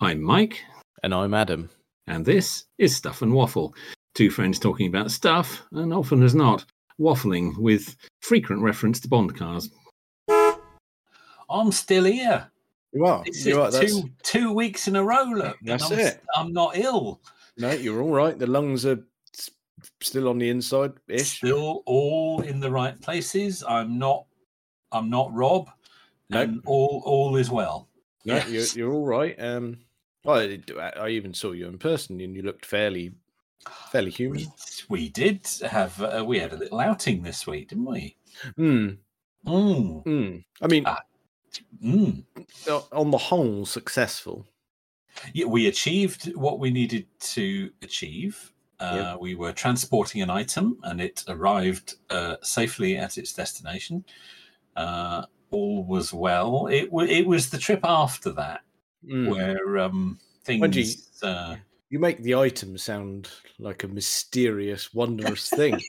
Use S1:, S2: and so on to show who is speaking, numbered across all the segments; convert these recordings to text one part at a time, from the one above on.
S1: I'm Mike,
S2: And I'm Adam.
S1: and this is Stuff and Waffle. Two friends talking about stuff, and often as not, waffling with frequent reference to Bond cars.
S3: I'm still here.
S4: You are.
S3: This
S4: you are.
S3: is
S4: Oh, That's,
S3: two two weeks in a row. Look, and
S4: That's
S3: I'm,
S4: it.
S3: I'm not ill.
S4: No, you're all right. The lungs are s- still on the inside ish.
S3: Still all in the right places. I'm not. I'm not Rob.
S4: Nope.
S3: And all all is well.
S4: No,
S3: Yes.
S4: you're, you're all right. Um, I, did- I even saw you in person, and you looked fairly,
S3: Ah,
S4: fairly human.
S3: We, we did have uh, we had a little outing this week, didn't we?
S4: Hmm.
S3: Mm,
S4: Hmm. I mean,
S3: Ah. mm.
S4: o- on the whole, successful.
S3: Yeah, we achieved what we needed to achieve. Uh,
S4: Yep.
S3: We were transporting an item, and it arrived uh, safely at its destination. Uh, all was well. It, wa it was the trip after that
S4: Hmm.
S3: where um,
S4: When do you-
S3: things. Uh,
S4: You make the item sound like a mysterious, wondrous thing.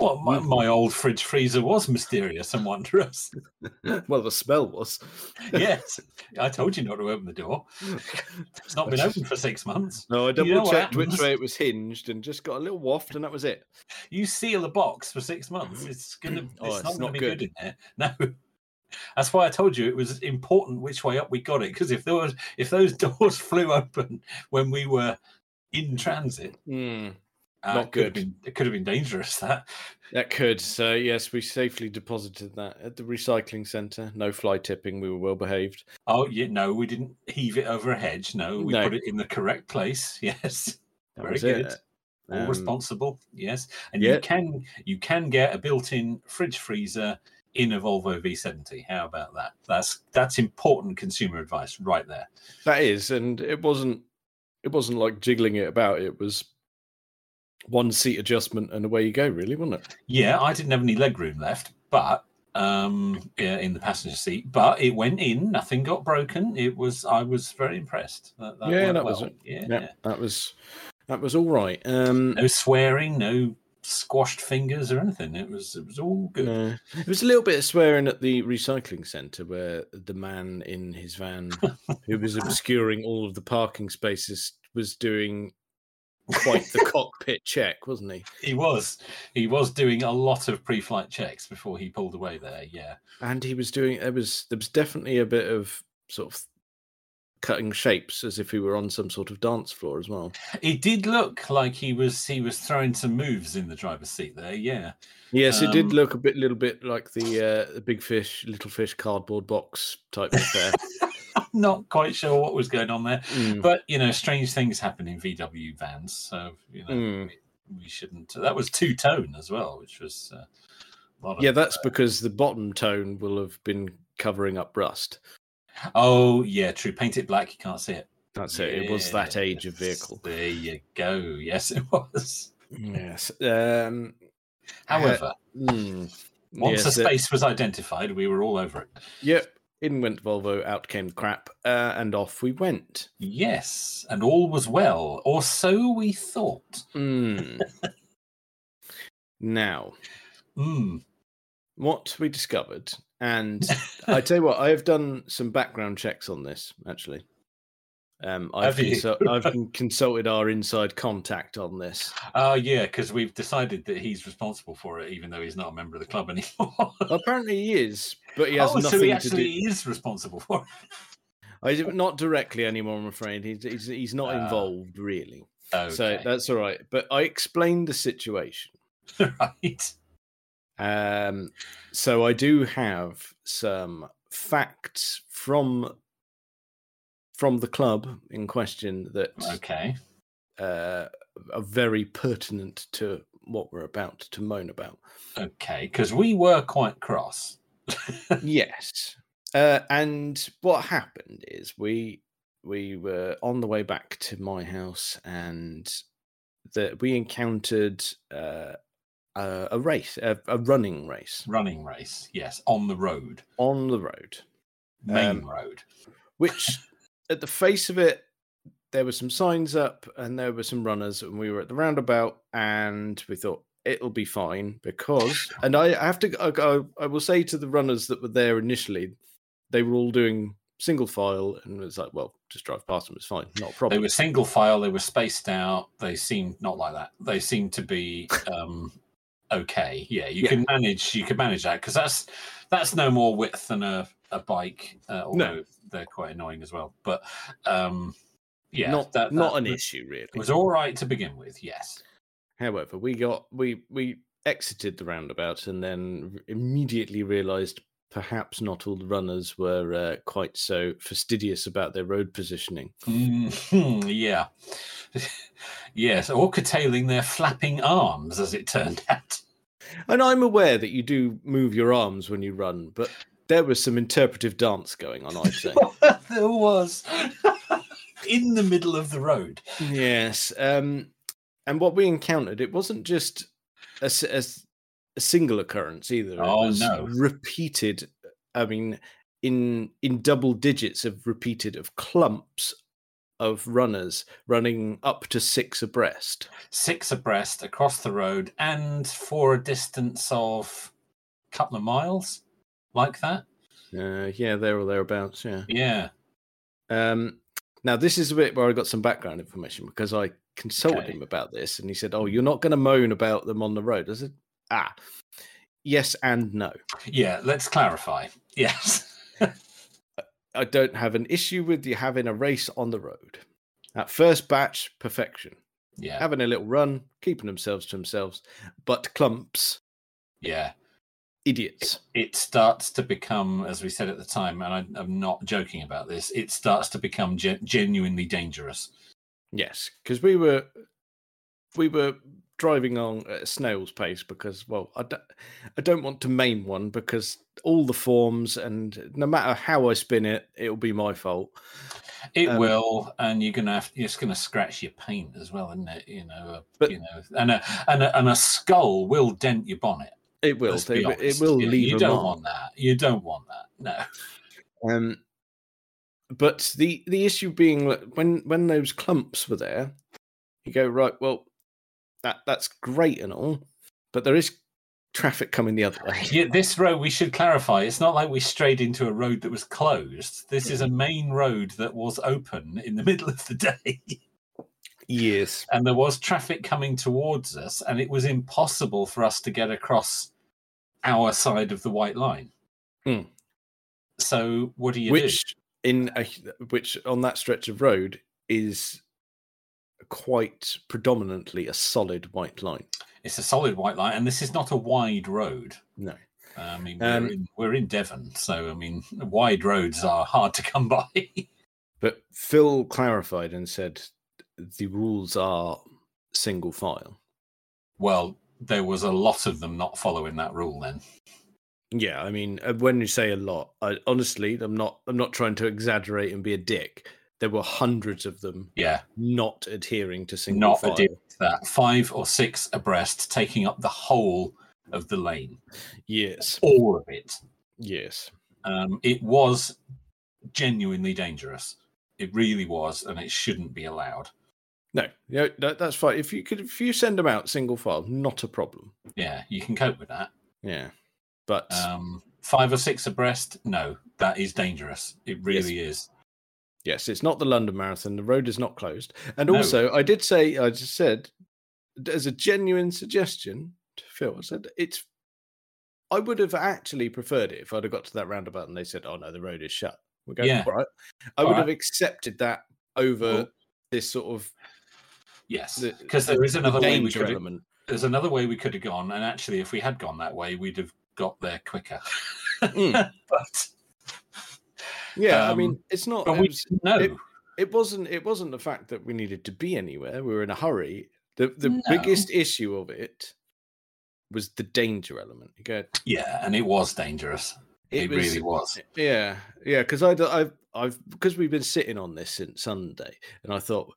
S3: well, my,
S4: Hmm.
S3: my old fridge freezer was mysterious and wondrous.
S4: well, the spell was.
S3: yes, I told you not to open the door. It's not been open for six months.
S4: No, I
S3: know what
S4: double checked which
S3: happens?
S4: way it was hinged, and just got a little waft, and that was it.
S3: you seal a box for six months, it's gonna it's,
S4: Oh,
S3: not, gonna be good. in there. No. That's why I told you it was important which way up we got it, because if those if those doors flew open when we were in transit,
S4: Hmm.
S3: uh,
S4: Not
S3: could have
S4: good.
S3: Been, it could have been dangerous. That
S4: That could. So yes, we safely deposited that at the recycling centre. No fly tipping. We were well behaved.
S3: oh yeah, no, we didn't heave it over a hedge. No, we
S4: No.
S3: put it in the correct place. Yes,
S4: That
S3: very
S4: was
S3: good.
S4: it.
S3: All
S4: Um,
S3: responsible. Yes, and
S4: yeah.
S3: you can you can get a built-in fridge freezer in a Volvo V70. How about that? That's that's important consumer advice right there.
S4: That is, and it wasn't. It wasn't like jiggling it about. It was one seat adjustment and away you go. Really, wasn't it?
S3: Yeah, I didn't have any leg room left, but um yeah, in the passenger seat but it went in nothing got broken it was i was very impressed that, that
S4: Yeah,
S3: went
S4: that was
S3: well.
S4: it.
S3: yeah,
S4: Yeah,
S3: yeah
S4: that was. That was all right. Um,
S3: no swearing no squashed fingers or anything it was it was all good
S4: no. It was a little bit of swearing at the recycling centre where the man in his van who was obscuring all of the parking spaces was doing quite the cockpit check, wasn't he?
S3: he was he was doing a lot of pre-flight checks before he pulled away there yeah
S4: and he was doing there was there was definitely a bit of sort of cutting shapes as if he were on some sort of dance floor as well
S3: It did look like he was he was throwing some moves in the driver's seat there. Yeah,
S4: yes it did
S3: Um,
S4: look a bit little bit like the uh the big fish little fish cardboard box type affair
S3: not quite sure what was going on there,
S4: Mm,
S3: but you know, strange things happen in VW vans, so you know
S4: mm.
S3: we shouldn't. That was two tone as well, which was uh, a lot of.
S4: yeah that's because the bottom tone will have been covering up rust
S3: Oh yeah, true. Paint it black, you can't see it.
S4: that's it it was that age
S3: Yes,
S4: of vehicle
S3: There you go. Yes, it was.
S4: yes um
S3: However,
S4: mm,
S3: once
S4: yes,
S3: the
S4: it-
S3: space was identified, we were all over it.
S4: yep in went volvo out came the crap uh, and off we went
S3: Yes, and all was well, or so we thought.
S4: Mm. now,
S3: Mm.
S4: what we discovered, and I tell you what, I have done some background checks on this actually. Um, I've,
S3: Have you?
S4: consul- I've con- consulted our inside contact on this.
S3: Oh, yeah, because we've decided that he's responsible for it, even though he's not a member of the club anymore.
S4: Apparently, he is, but he has
S3: oh,
S4: nothing
S3: so he
S4: to
S3: actually
S4: do.
S3: is responsible for it.
S4: I, d- not directly anymore, I'm afraid. He's he's, he's not
S3: Ah,
S4: involved really, so
S3: Okay,
S4: that's all right. But I explained the situation.
S3: right.
S4: Um, so I do have some facts from from the club in question that
S3: Okay.
S4: uh, are very pertinent to what we're about to moan about.
S3: Okay. Because we were quite cross.
S4: yes, uh, and what happened is we we were on the way back to my house and that we encountered uh, a, a race, a, a running race
S3: Running race. Yes. On the road.
S4: on the road.
S3: Main
S4: Um,
S3: road.
S4: which at the face of it there were some signs up and there were some runners and we were at the roundabout and we thought it'll be fine because and i I have to I, I- I will say to the runners that were there initially they were all doing single file, and it was like, well, just drive past them. It's fine, not a
S3: They
S4: problem.
S3: were single file. They were spaced out. They seemed not like that. They seemed to be um, okay. Yeah, you
S4: Yeah.
S3: can manage. You can manage that because that's that's no more width than a a bike. Uh, although they're quite annoying as well. But um, yeah,
S4: not
S3: that-
S4: not
S3: that
S4: an
S3: was-
S4: issue really.
S3: It was all right to begin with. Yes.
S4: However, we got we we exited the roundabout and then r- immediately realised perhaps not all the runners were uh, quite so fastidious about their road positioning.
S3: Mhm, yeah. yes, or curtailing their flapping arms, as it turned out.
S4: And I'm aware that you do move your arms when you run, but there was some interpretive dance going on. I'd say.
S3: there was in the middle of the road.
S4: Yes. Um, and what we encountered, it wasn't just a, s- a s- a single occurrence either. It
S3: Oh,
S4: was
S3: no.
S4: Repeated, I mean, in in double digits of repeated of clumps of runners running up to six abreast.
S3: six abreast across the road and for a distance of a couple of miles like that
S4: Uh, yeah, there or thereabouts. Yeah.
S3: yeah
S4: Um, now, this is a bit where I got some background information because I consulted
S3: Okay.
S4: him about this and he said, Oh, you're not going to moan about them on the road. I said, Ah, yes and no.
S3: yeah let's clarify yes
S4: I don't have an issue with you having a race on the road. That first batch, perfection.
S3: yeah
S4: Having a little run, keeping themselves to themselves, but clumps,
S3: yeah
S4: idiots.
S3: it starts to become as we said at the time and I, i'm not joking about this it starts to become gen- genuinely dangerous
S4: Yes, because we were we were driving on at a snail's pace because well, I don't, I don't want to maim one because all the forms and no matter how I spin it, it'll be my fault.
S3: it
S4: Um,
S3: will and you're gonna have you're just gonna scratch your paint as well isn't it you know uh,
S4: But-
S3: you know and a, and a and a skull will dent your bonnet
S4: It will.
S3: let's
S4: they
S3: be
S4: wi- it
S3: honest.
S4: will
S3: Yeah,
S4: leave
S3: you
S4: a
S3: don't
S4: mark.
S3: want that you don't want that no
S4: Um, but the the issue being that when when those clumps were there, you go right. Well, that that's great and all, but there is traffic coming the other way.
S3: Yeah, this road we should clarify. It's not like we strayed into a road that was closed. This is a main road that was open in the middle of the day,
S4: Yes.
S3: and there was traffic coming towards us, and it was impossible for us to get across our side of the white line.
S4: Hmm.
S3: So what do you
S4: which in a, which on that stretch of road is quite predominantly a solid white line.
S3: do? It's a solid white line, and this is not a wide road.
S4: No.
S3: I mean, we're,
S4: Um,
S3: in, we're in Devon, so I mean, wide roads are hard to come by.
S4: But Phil clarified and said the rules are single file.
S3: well, there was a lot of them not following that rule then.
S4: Yeah, I mean, uh, when you say a lot, I, honestly, I'm not. I'm not trying to exaggerate and be a dick. There were hundreds of them
S3: Yeah.
S4: not adhering to single
S3: not
S4: file.
S3: adhering to that. Five or six abreast, taking up the whole of the lane,
S4: Yes,
S3: all of it.
S4: yes.
S3: Um, it was genuinely dangerous. It really was, and it shouldn't be allowed.
S4: No, yeah, that, that's fine. If you could, if you send them out single file, not a problem.
S3: Yeah, you can cope with that.
S4: Yeah, but
S3: Um, five or six abreast, no, that is dangerous. It really is.
S4: Yes, it's not the London Marathon. The road is not closed. And
S3: No.
S4: also, I did say, I just said, d- as a genuine suggestion to Phil, I said, it's, I would have actually preferred it if I'd have got to that roundabout and they said, oh no, the road is shut. We go,
S3: Yeah.
S4: all right. I
S3: All
S4: would
S3: right.
S4: have accepted that over
S3: Well,
S4: this sort of
S3: Yes,
S4: the-
S3: because there is another way we
S4: danger
S3: could. have-
S4: element.
S3: There's another way we could have gone, and actually, if we had gone that way, we'd have got there quicker.
S4: Mm.
S3: But,
S4: Yeah, I
S3: Um,
S4: mean, it's not.
S3: but
S4: it
S3: we
S4: was-
S3: didn't know.
S4: it wasn't it wasn't the fact that we needed to be anywhere we were in a hurry the the
S3: No.
S4: biggest issue of it was the danger element you go
S3: yeah, and it was dangerous. It,
S4: was-
S3: really was.
S4: yeah yeah because i i've i've because we've been sitting on this since sunday and i thought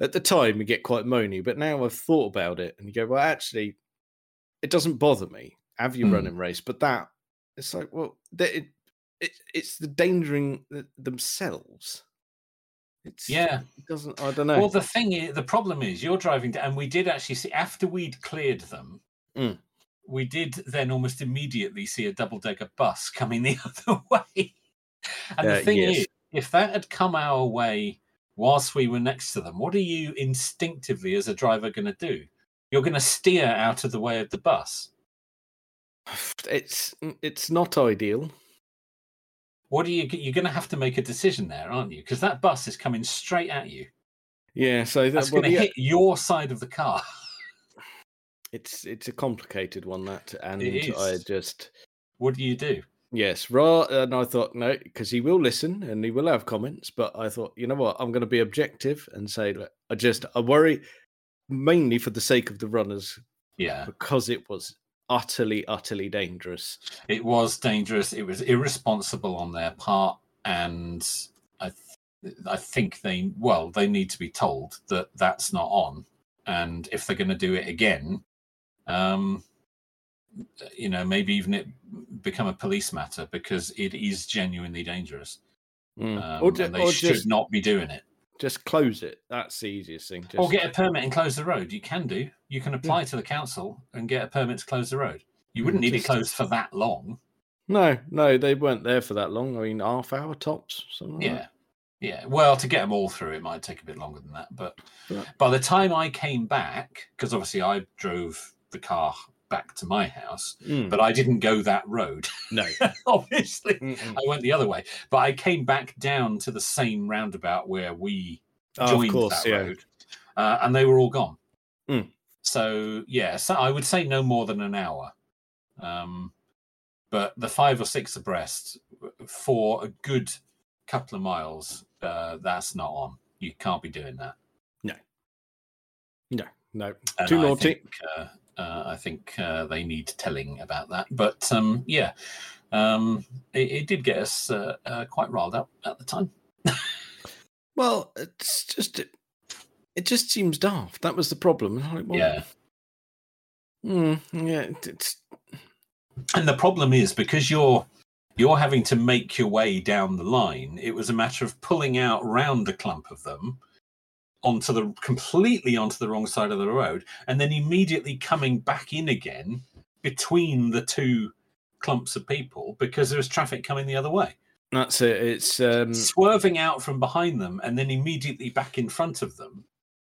S4: at the time we get quite moany but now i've thought about it and you go well actually it doesn't bother me have you run
S3: Mm.
S4: and race but that it's like well that it, it it's the dangering th- themselves it's
S3: Yeah.
S4: it doesn't i don't know
S3: Well, the thing is, the problem is, you're driving, down, and we did actually see after we'd cleared them,
S4: Mm.
S3: we did then almost immediately see a double decker bus coming the other way. And
S4: Uh,
S3: the thing
S4: yes.
S3: is, if that had come our way whilst we were next to them, what are you instinctively as a driver going to do? You're going to steer out of the way of the bus.
S4: It's it's not ideal.
S3: What are you? You're going to have to make a decision there, aren't you? Because that bus is coming straight at you.
S4: Yeah, so that,
S3: That's
S4: well,
S3: going to
S4: yeah,
S3: hit your side of the car.
S4: it's it's a complicated one that, and I
S3: is.
S4: just
S3: What do you do?
S4: yes, raw. And I thought no, because he will listen and he will have comments. But I thought, you know what, I'm going to be objective and say, look, I just I worry mainly for the sake of the runners
S3: Yeah,
S4: because it was utterly utterly dangerous.
S3: it was dangerous. It was irresponsible on their part, and I, th- I think they well, they need to be told that that's not on, and if they're going to do it again, um, you know, maybe even it become a police matter because it is genuinely dangerous,
S4: Mm.
S3: um,
S4: or ju-
S3: and they
S4: or
S3: should
S4: just
S3: not be doing it.
S4: just close it. That's the easiest thing. Just,
S3: Or get a permit and close the road. You can do. You can apply to the council and get a permit to close the road. You
S4: Mm,
S3: wouldn't need it
S4: just-
S3: closed for that long.
S4: no, no, they weren't there for that long. I mean, half hour tops. Something like
S3: Yeah. Yeah. Well, to get them all through, it might take a bit longer than that. But
S4: Right.
S3: by the time I came back, because obviously I drove the car back to my house,
S4: That. Mm.
S3: but I didn't go that road,
S4: no.
S3: obviously.
S4: Mm-mm.
S3: I went the other way, but I came back down to the same roundabout where we
S4: Oh,
S3: joined
S4: of course,
S3: that
S4: yeah.
S3: road, uh, and they were all gone.
S4: Mm.
S3: So yeah, so I would say no more than an hour. Um, but the five or six abreast for a good couple of miles, uh, that's not on. You can't be doing that.
S4: No,
S3: And
S4: Too
S3: I
S4: naughty.
S3: Think, uh, uh, I think uh, they need telling about that. But um, yeah, um, it, it did get us uh, uh, quite riled up at the time.
S4: Well, it's just it, it just seems daft. That was the problem. And I'm like, well,
S3: Yeah.
S4: mm, yeah, it- it's
S3: And the problem is because you're you're having to make your way down the line. It was a matter of pulling out round a clump of them onto the completely onto the wrong side of the road, and then immediately coming back in again between the two clumps of people because there was traffic coming the other way,
S4: that's it. It's um,
S3: swerving out from behind them and then immediately back in front of them,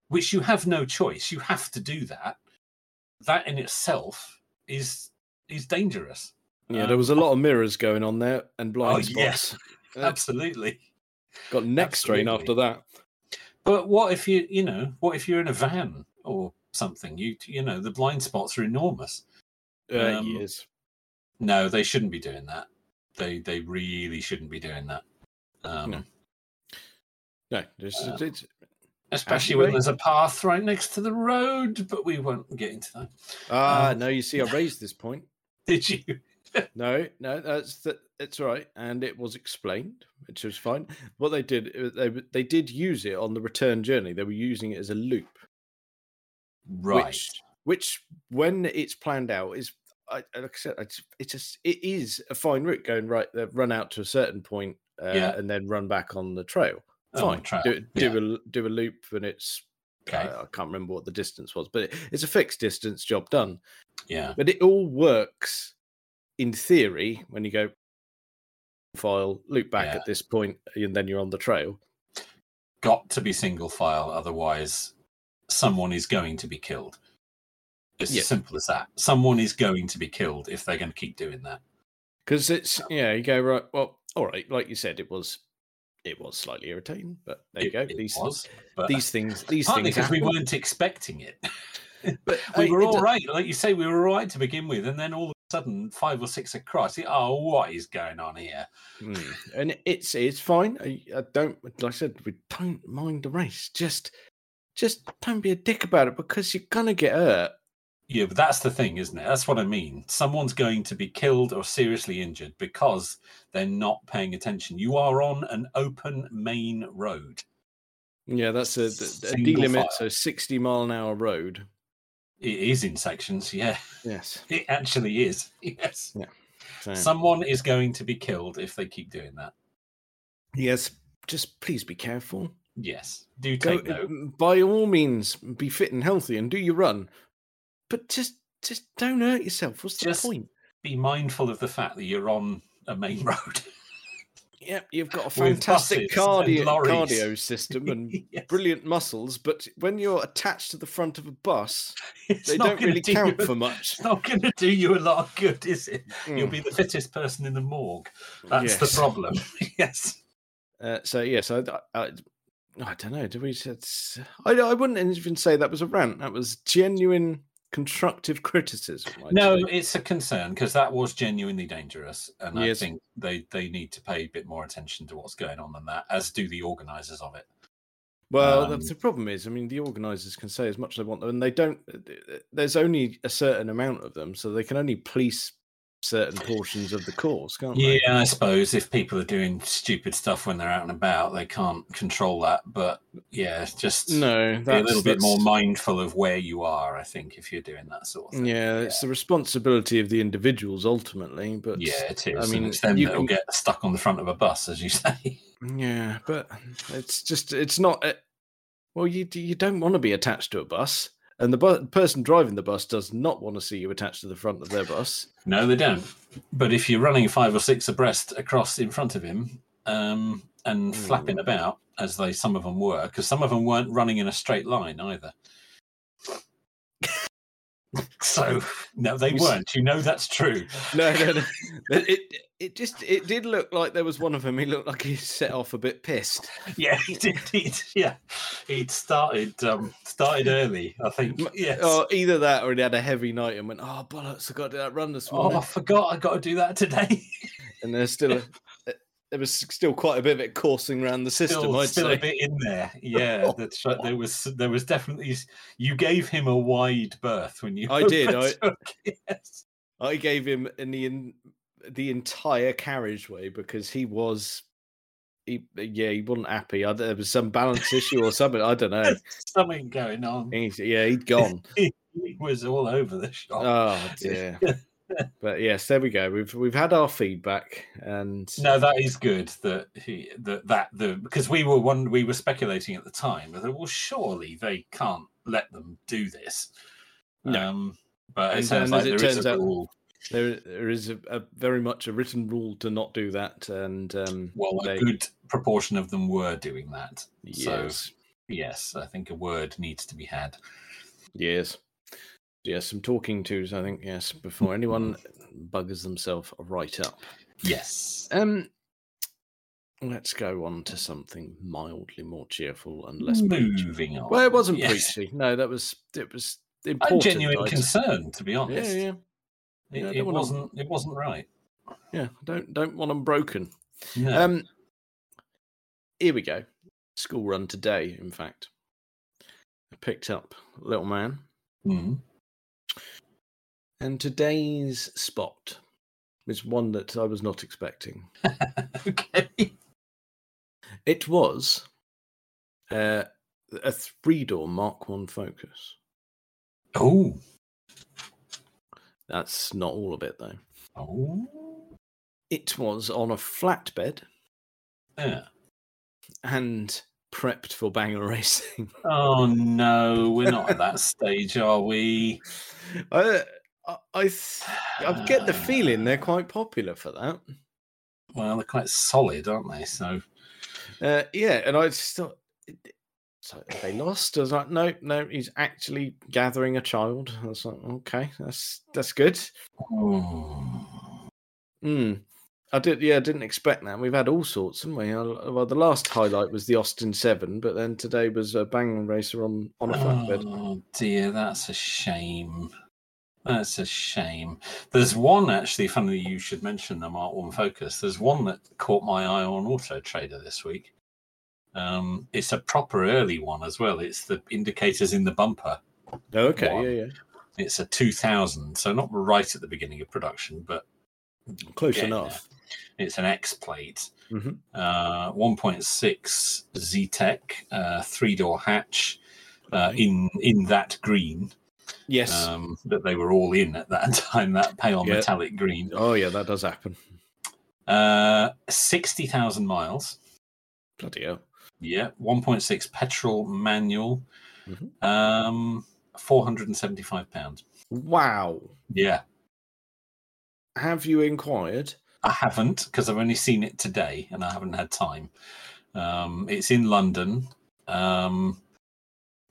S3: which you have no choice. You have to do that. That in itself is is dangerous.
S4: yeah. There was a lot of mirrors going on there and blind spots.
S3: um, oh. yes.
S4: Uh,
S3: Absolutely.
S4: Got neck strain after
S3: absolutely.
S4: that.
S3: But what if you, you know, what if you're in a van or something? You, you know, the blind spots are enormous.
S4: Uh,
S3: Um,
S4: years.
S3: No, they shouldn't be doing that. They, they really shouldn't be doing that. Um,
S4: No. No, it's,
S3: uh,
S4: it's,
S3: Especially when
S4: Absolutely.
S3: there's a path right next to the road, but we won't get into that.
S4: ah,
S3: um,
S4: no. You see, I raised this point.
S3: Did you?
S4: No, no, that's the, it's all right, and it was explained, which was fine. What they did, uh, they w- they did use it on the return journey. They were using it as a loop,
S3: Right.
S4: Which, which when it's planned out is, I, I- like I said, it's it's just it is a fine route going right. They run out to a certain point, uh,
S3: Yeah.
S4: and then run back on the trail.
S3: Oh,
S4: Fine,
S3: track.
S4: do
S3: Yeah,
S4: do a l- do a loop, and it's
S3: Okay.
S4: uh, I can't remember what the distance was, but it, it's a fixed distance. Job done
S3: yeah.
S4: but it all works in theory when you go file loop back
S3: Yeah.
S4: at this point and then you're on the trail
S3: Got to be single file, otherwise, someone is going to be killed. It's
S4: Yeah.
S3: as simple as that. Someone is going to be killed if they're going to keep doing that.
S4: because
S3: Oh.
S4: it's yeah you go right well all right like you said it was it was slightly irritating but there you
S3: It-
S4: go
S3: it
S4: these
S3: was, but
S4: these things these
S3: partly
S4: things
S3: because we
S4: happen.
S3: weren't expecting it.
S4: but
S3: we
S4: I-
S3: were
S4: it
S3: all
S4: do-
S3: right, like you say, we were all right to begin with, and then all of a sudden, five or six across. you- Oh, what is going on here?
S4: Mm, and it's it's fine I, I don't like i said we don't mind the race just just don't be a dick about it because you're gonna get hurt
S3: Yeah, but that's the thing, isn't it? That's what I mean. Someone's going to be killed or seriously injured because they're not paying attention. You are on an open main road.
S4: yeah that's a, a d
S3: Single
S4: limit
S3: file.
S4: so 60 mile an hour road
S3: It is in sections. Yeah,
S4: yes
S3: it actually is. Yes.
S4: so-
S3: Someone is going to be killed if they keep doing that.
S4: Yes, just please be careful.
S3: Yes. Do
S4: Go
S3: take note.
S4: by all means, be fit and healthy and do your run, but just just don't hurt yourself. What's the
S3: Just-
S4: point?
S3: Be mindful of the fact that you're on a main road.
S4: Yep, you've got a
S3: With
S4: fantastic
S3: buses and
S4: cardio,
S3: lorries.
S4: cardio system and
S3: Yes.
S4: brilliant muscles, but when you're attached to the front of a bus,
S3: It's
S4: they
S3: not
S4: don't
S3: gonna
S4: really
S3: do
S4: count
S3: you-
S4: for much.
S3: It's not going to do you a lot of good, is it? You'll
S4: Mm,
S3: be the fittest person in the morgue. That's
S4: yes.
S3: the problem. yes.
S4: Uh, so yeah, so I, I, I don't know. Do we? That's, I I wouldn't even say that was a rant. That was genuine constructive criticism. I'd
S3: No,
S4: say.
S3: it's a concern because that was genuinely dangerous, and I
S4: Yes.
S3: think they they need to pay a bit more attention to what's going on than that, as do the organisers of it.
S4: Well,
S3: Um,
S4: the, the problem is, I mean, the organisers can say as much as they want, and they don't. There's only a certain amount of them, so they can only police certain portions of the course, can't they?
S3: Yeah, I suppose if people are doing stupid stuff when they're out and about, they can't control that. But yeah, it's just
S4: No, that's
S3: be a little bit
S4: that's-
S3: more mindful of where you are. I think if you're doing that sort of thing.
S4: Yeah, it's the responsibility of the individuals ultimately, but
S3: Yeah, it is.
S4: I
S3: and
S4: mean,
S3: it's them
S4: you
S3: that'll
S4: can-
S3: get stuck on the front of a bus, as you say.
S4: yeah, but it's just it's not. uh well, you d- you don't want to be attached to a bus, and the bu- person driving the bus does not want to see you attached to the front of their bus.
S3: No, they don't. But if you're running five or six abreast across in front of him um, and
S4: Hmm.
S3: flapping about, as they some of them were, because some of them weren't running in a straight line either. so no, they
S4: You s-
S3: weren't. You know that's true.
S4: No, no, no. It, it- it just it did look like there was one of them. He looked like he set off a bit pissed.
S3: Yeah, he did. He'd, yeah, he'd started um, started early, I think.
S4: M-
S3: Yes.
S4: Or Oh, either that, or he had a heavy night and went, "Oh bollocks, I got to do that run this
S3: oh,
S4: morning."
S3: I forgot. I got to do that today.
S4: And there's still a, there was still quite a bit of it coursing around the system.
S3: still,
S4: I'd
S3: still
S4: say.
S3: a bit in there. Yeah, that's right. There was there was definitely s- you gave him a wide berth when you.
S4: I did, I-
S3: overtook, yes.
S4: I gave him in the in, the entire carriageway because he was, he yeah, he wasn't happy. I, there was some balance issue or something. I don't know.
S3: Something going on.
S4: He's, yeah, he'd gone.
S3: He was all over the shop.
S4: Oh dear. But yes, there we go. We've we've had our feedback, and
S3: no, that is good that he that that the because we were one we were speculating at the time whether well surely they can't let them do this.
S4: No.
S3: Um, but it
S4: And-
S3: sounds
S4: and
S3: like
S4: as it
S3: there is
S4: turns
S3: a
S4: out-
S3: rule.
S4: there there is a, a very much a written rule to not do that, and um,
S3: Well, a
S4: they-
S3: good proportion of them were doing that. so-
S4: yes,
S3: Yes, I think a word needs to be had.
S4: yes, yes, some talking tos. I think yes, before anyone buggers themselves right up.
S3: Yes.
S4: Um, let's go on to something mildly more cheerful and less preachy.
S3: moving on.
S4: Hmm. Well, it wasn't
S3: Hmm. Yes.
S4: preachy. No, that was it was important.
S3: I'm genuine
S4: I'd-
S3: concern, to be
S4: Yeah,
S3: honest.
S4: yeah,
S3: It,
S4: Yeah, I
S3: it
S4: don't wanna-
S3: wasn't. It wasn't right.
S4: yeah. Don't don't want them broken.
S3: No.
S4: Um, here we go. School run today. In fact, I picked up little man, Um,
S3: Mhm.
S4: and today's spot was one that I was not expecting.
S3: Hmm. okay.
S4: It was uh, a three-door Mark One Focus.
S3: Oh.
S4: That's not all of it, though.
S3: Oh.
S4: It was on a flatbed
S3: Yeah.
S4: and prepped for banger racing.
S3: Oh no, we're not at that stage, are we?
S4: I, I, I, th- I get the feeling they're quite popular for that.
S3: Uh, Well, they're quite solid, aren't they? So
S4: Uh, yeah, and I just thought, it- so they lost. I was like, no, no, he's actually gathering a child. I was like, okay, that's that's good.
S3: Oh.
S4: Mm. I did, yeah, I didn't expect that. We've had all sorts, haven't we? I, well, the last highlight was the Austin Seven, but then today was a bang racer on on a flatbed.
S3: Oh dear, that's a shame. That's a shame. There's one actually, funnily, you should mention the Mark One Focus. There's one that caught my eye on Auto Trader this week. Um, it's a proper early one as well. It's the indicators in the bumper.
S4: Oh, okay,
S3: Wow.
S4: yeah,
S3: It's a 2000, so not right at the beginning of production, but
S4: yeah, close
S3: getting there.
S4: enough.
S3: It's an X plate,
S4: Mhm.
S3: uh, 1.6 ZTEC, uh, three door hatch uh,
S4: Okay.
S3: in in that green.
S4: Yes.
S3: um, that they were all in at that time, that pale
S4: Yeah.
S3: metallic green.
S4: oh, yeah, that does happen.
S3: Uh, 60,000 miles.
S4: Bloody hell.
S3: Yeah. 1.6 petrol manual.
S4: Mhm.
S3: Um, 475 pounds.
S4: Wow.
S3: Yeah.
S4: Have you inquired?
S3: I haven't because I've only seen it today and I haven't had time. Um, it's in London, um,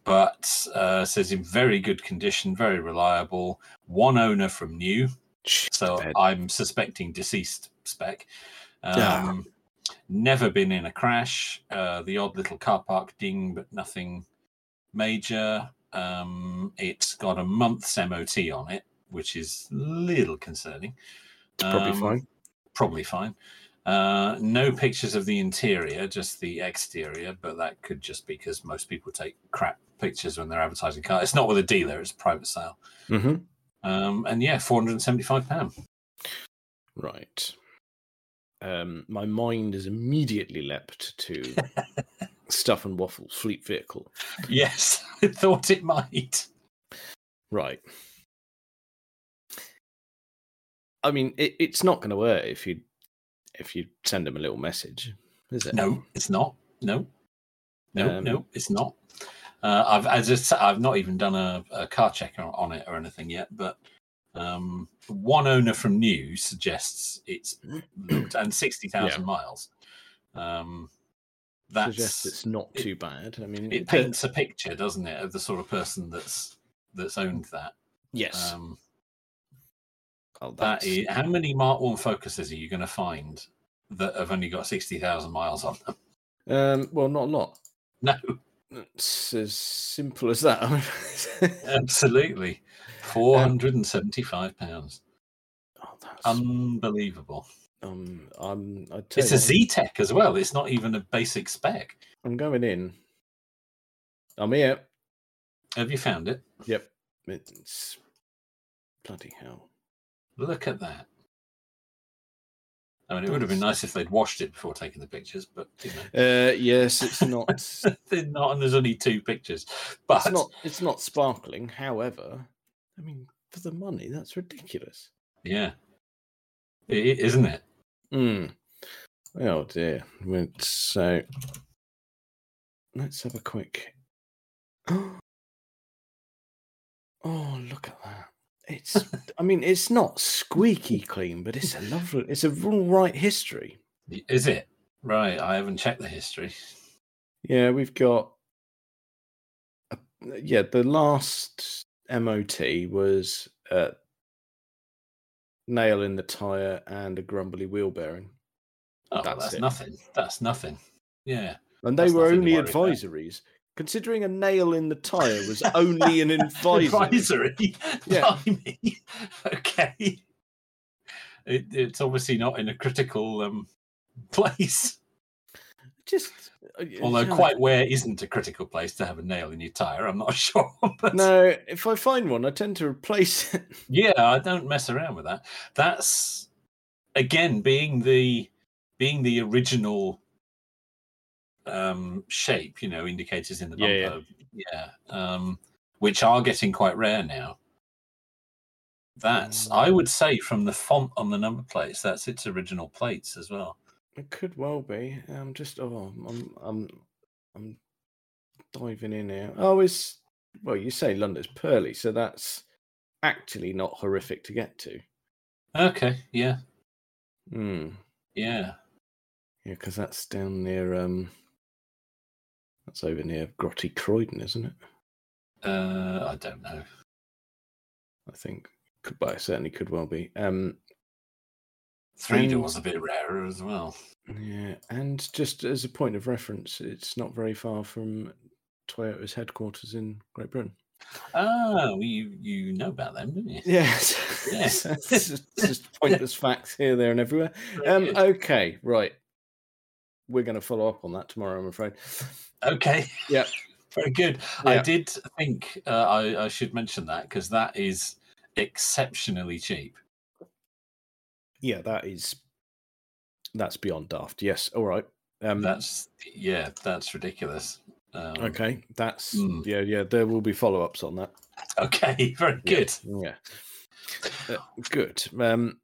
S3: but uh, says in very good condition, very reliable. One owner from new, so
S4: Bad.
S3: I'm suspecting deceased spec. Um,
S4: Ah.
S3: Never been in a crash. Uh, the odd little car park ding, but nothing major. Um, it's got a month's MOT on it, which is a little concerning.
S4: It's probably
S3: Um,
S4: fine.
S3: Probably fine. Uh, no pictures of the interior, just the exterior, but that could just be because most people take crap pictures when they're advertising car. It's not with a dealer; it's a private sale.
S4: hmm
S3: Um, and yeah, four hundred and seventy-five pound.
S4: Right. Um, my mind has immediately leapt to stuff and waffle fleet vehicle.
S3: Yes, I thought it might.
S4: Right. I mean, it, it's not going to work if you if you send them a little message, is it?
S3: No, it's not. No, no,
S4: Um,
S3: no, it's not. Uh, I've I just I've not even done a, a car check on, on it or anything yet, but um, one owner from New suggests it's looked and sixty thousand miles. Um, that's
S4: suggests it's not
S3: it-
S4: too bad. I mean,
S3: it
S4: does-
S3: paints a picture, doesn't it, of the sort of person that's that's owned that.
S4: Yes,
S3: Um,
S4: oh,
S3: that
S4: that's-
S3: is, how many Mark One focuses are you going to find that have only got sixty thousand miles on them?
S4: um, well, not a lot.
S3: No,
S4: It's as simple as that.
S3: absolutely, four hundred and seventy-five pounds.
S4: oh, that's, um,
S3: Unbelievable.
S4: um, I'm, I tell
S3: It's
S4: you,
S3: a Z Tech as well. It's not even a basic spec.
S4: I'm going in. I'm here.
S3: Have you found it?
S4: Yep. It's bloody hell.
S3: Look at that. I mean, it would have been nice if they'd washed it before taking the pictures, but you know.
S4: Uh, yes, it's not. it's
S3: they're not, and there's only two pictures. But
S4: not. It's not sparkling. However, I mean, for the money, that's ridiculous.
S3: yeah, is isn't it?
S4: Mm. Oh dear. Well, So let's have a quick. oh, look at that. It's. I mean, it's not squeaky clean, but it's a lovely. It's a all right history.
S3: Y- Is it? Right, I haven't checked the history.
S4: Yeah, we've got. a- Yeah, the last MOT was uh, nail in the tire and a grumbly wheel bearing.
S3: Oh, well,
S4: That's
S3: that's,
S4: it.
S3: nothing. That's nothing. Yeah.
S4: And they
S3: That's
S4: were
S3: nothing to
S4: only
S3: worry about.
S4: advisories. Considering a nail in the tire was only an advisory.
S3: Advisory.
S4: Yeah.
S3: Blimey. okay. It, it's obviously not in a critical um, place.
S4: Just uh, y-
S3: Although
S4: yeah.
S3: quite where isn't a critical place to have a nail in your tire, I'm not sure. But
S4: No, if I find one, I tend to replace it.
S3: yeah, I don't mess around with that. That's again being the being the original um shape, you know, indicators in the
S4: Yeah, yeah.
S3: bumper. Yeah. Um which are getting quite rare now. That's I would say from the font on the number plates, that's its original plates as well.
S4: It could well be. I'm just oh, I'm I'm I'm diving in here. Oh, it's well, you say London's pearly, so that's actually not horrific to get to.
S3: Okay, yeah,
S4: Hmm.
S3: yeah.
S4: Yeah, because that's down near um, that's over near Grotty Croydon, isn't it?
S3: Uh I don't know.
S4: I think. Could, but it certainly could well be. Um,
S3: Three
S4: And-
S3: doors a bit rarer as well.
S4: Yeah, and just as a point of reference, it's not very far from Toyota's headquarters in Great Britain.
S3: Ah, well, you you know about them, don't you?
S4: Yes,
S3: Yeah.
S4: just, just pointless facts here, there, and everywhere. Um,
S3: Yes.
S4: okay, right. We're going to follow up on that tomorrow, I'm afraid.
S3: Okay.
S4: Yeah.
S3: Very good.
S4: Yeah.
S3: I did think uh, I, I should mention that because that is exceptionally cheap.
S4: Yeah, that is that's beyond daft. Yes, all right. Um,
S3: that's yeah, that's ridiculous. Um,
S4: okay. That's
S3: Mm.
S4: yeah, yeah. There will be follow ups on that.
S3: Okay. Very
S4: Yeah,
S3: good.
S4: Yeah, Uh, good. Um,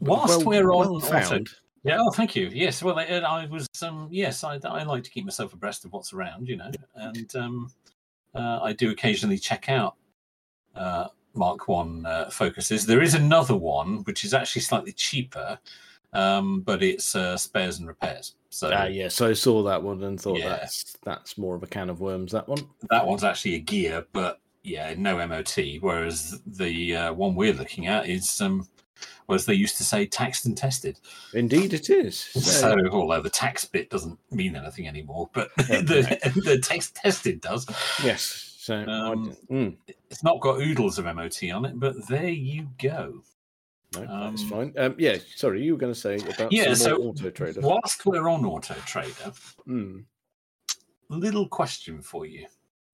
S3: Whilst
S4: well-
S3: we're on
S4: well
S3: auto-
S4: found.
S3: Yeah. Oh, thank you. Yes. Well, I, and I was. Um. Yes. I I like to keep myself abreast of what's around. You know, and um, uh, I do occasionally check out uh, Mark One uh, focuses. There is another one which is actually slightly cheaper. um, but it's uh, spares and repairs. So
S4: Ah, yeah. So I saw that one and thought
S3: Yeah.
S4: that's that's more of a can of worms. That one.
S3: that one's actually a gear, but yeah, no MOT. Whereas the uh, one we're looking at is, um, well, as they used to say, taxed and tested.
S4: Indeed, it is. So,
S3: So, although the tax bit doesn't mean anything anymore, but
S4: Okay.
S3: the, the tax tested does.
S4: yes. So I
S3: Um,
S4: d- mm,
S3: It's not got oodles of MOT on it, but there you go.
S4: no, that's
S3: um,
S4: fine. Um, yeah. Sorry, you were going to say about
S3: Yeah,
S4: some more
S3: so
S4: auto trader.
S3: Whilst we're on Auto Trader,
S4: Mm,
S3: little question for you.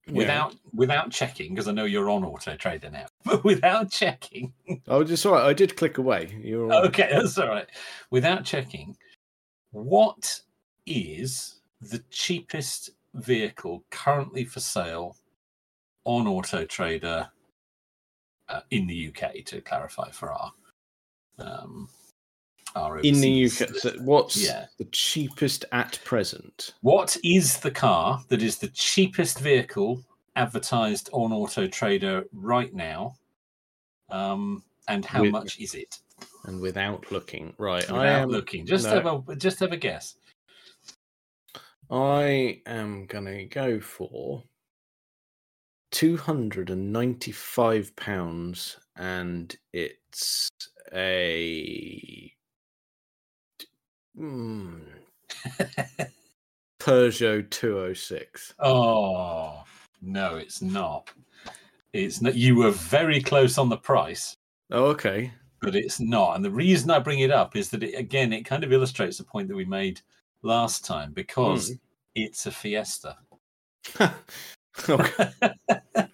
S4: yeah.
S3: without without checking because I know you're on Auto Trader now, but without checking,
S4: Oh, just sorry. I did click away. You're all right.
S3: okay, that's all right. Without checking, what is the cheapest vehicle currently for sale on Auto Trader uh, in the UK? To clarify for our um, our
S4: in the
S3: overseas
S4: UK. So
S3: listeners.
S4: what's
S3: yeah.
S4: the cheapest at present?
S3: What is the car that is the cheapest vehicle advertised on Auto Trader right now? Um, and how
S4: With-
S3: much is it?
S4: And without looking, right? I
S3: Without
S4: am.
S3: looking, just
S4: no.
S3: have a just have a guess.
S4: I am gonna go for two hundred and ninety-five pounds, and it's a hmm, Peugeot two hundred six.
S3: Oh no, it's not. It's not. You were very close on the price,
S4: Oh, okay.
S3: but it's not. And the reason I bring it up is that it, again, it kind of illustrates the point that we made last time because
S4: Hmm.
S3: it's a Fiesta.
S4: okay.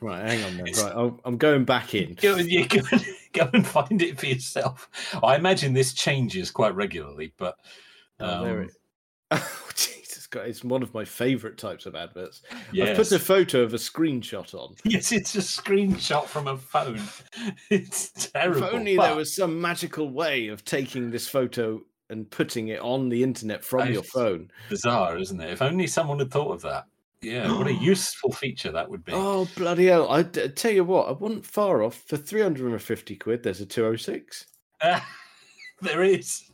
S4: Right, hang on then.
S3: It's-
S4: Right, I'll, I'm going back in.
S3: go, and- yeah, go, and- go and find it for yourself. I imagine this changes quite regularly, but
S4: Oh, there
S3: um,
S4: it. Oh, Jesus Christ! It's one of my favourite types of adverts.
S3: yes.
S4: I've put a photo of a screenshot on.
S3: yes, it's a screenshot from a phone. It's terrible.
S4: If only
S3: but-
S4: there was some magical way of taking this photo and putting it on the internet from
S3: I-
S4: your phone.
S3: bizarre, isn't it? If only someone had thought of that. Yeah, what a useful feature that would be.
S4: Oh bloody hell! I d- tell you what, I wasn't far off. For three hundred and fifty quid, there's a two hundred six.
S3: there is,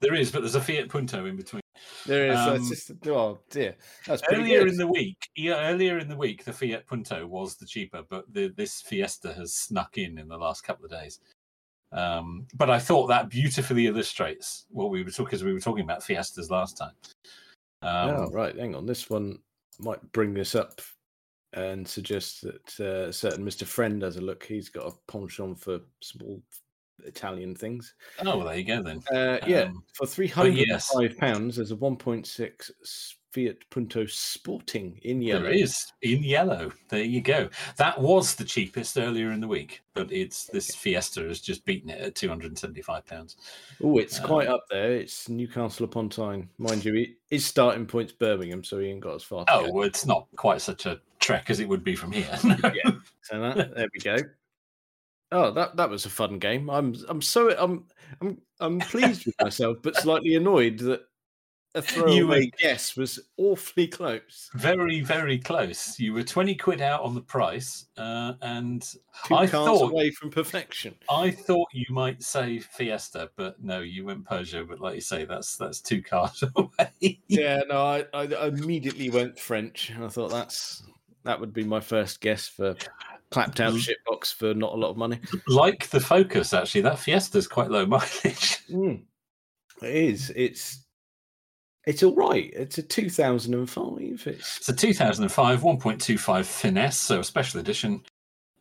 S3: there is, but there's a Fiat Punto in between.
S4: There is. that's
S3: Um,
S4: just, oh dear, that's pretty
S3: Earlier
S4: good.
S3: in the week, yeah, earlier in the week, the Fiat Punto was the cheaper, but the, this Fiesta has snuck in in the last couple of days. Um, but I thought that beautifully illustrates what we were talking because we were talking about Fiestas last time. Um,
S4: oh right, hang on. This one might bring this up and suggest that uh, a certain Mister Friend has a look. He's got a penchant for small Italian things.
S3: Oh, well, there you go then.
S4: Uh, yeah,
S3: Um,
S4: for three hundred and
S3: yes.
S4: five pounds, there's a one point six Fiat Punto Sporting in yellow.
S3: There is in yellow. There you go. That was the cheapest earlier in the week, but it's this Fiesta has just beaten it at two hundred and seventy-five pounds.
S4: Oh, it's quite
S3: Um,
S4: up there. It's Newcastle upon Tyne, mind you. It is starting points Birmingham, so he ain't got as far. to
S3: Oh,
S4: go.
S3: well, it's not quite such a trek as it would be from here.
S4: so that, there we go. Oh, that that was a fun game. I'm I'm so I'm I'm I'm pleased with myself, but slightly annoyed that a throwaway guess was awfully close.
S3: very, very close. You were twenty quid out on the price, uh, and
S4: Two
S3: I
S4: cars
S3: thought-
S4: away from perfection.
S3: I thought you might say Fiesta, but no, you went Peugeot. But like you say, that's that's two cars away.
S4: yeah, no, I, I I immediately went French. and I thought that's that would be my first guess for clapped out
S3: Mm.
S4: shitbox for not a lot of money.
S3: like the Focus, actually, that Fiesta's quite low mileage.
S4: Mm. It is. It's it's all right. It's a 2005. It's
S3: It's a 2005 1.25 finesse, so a special edition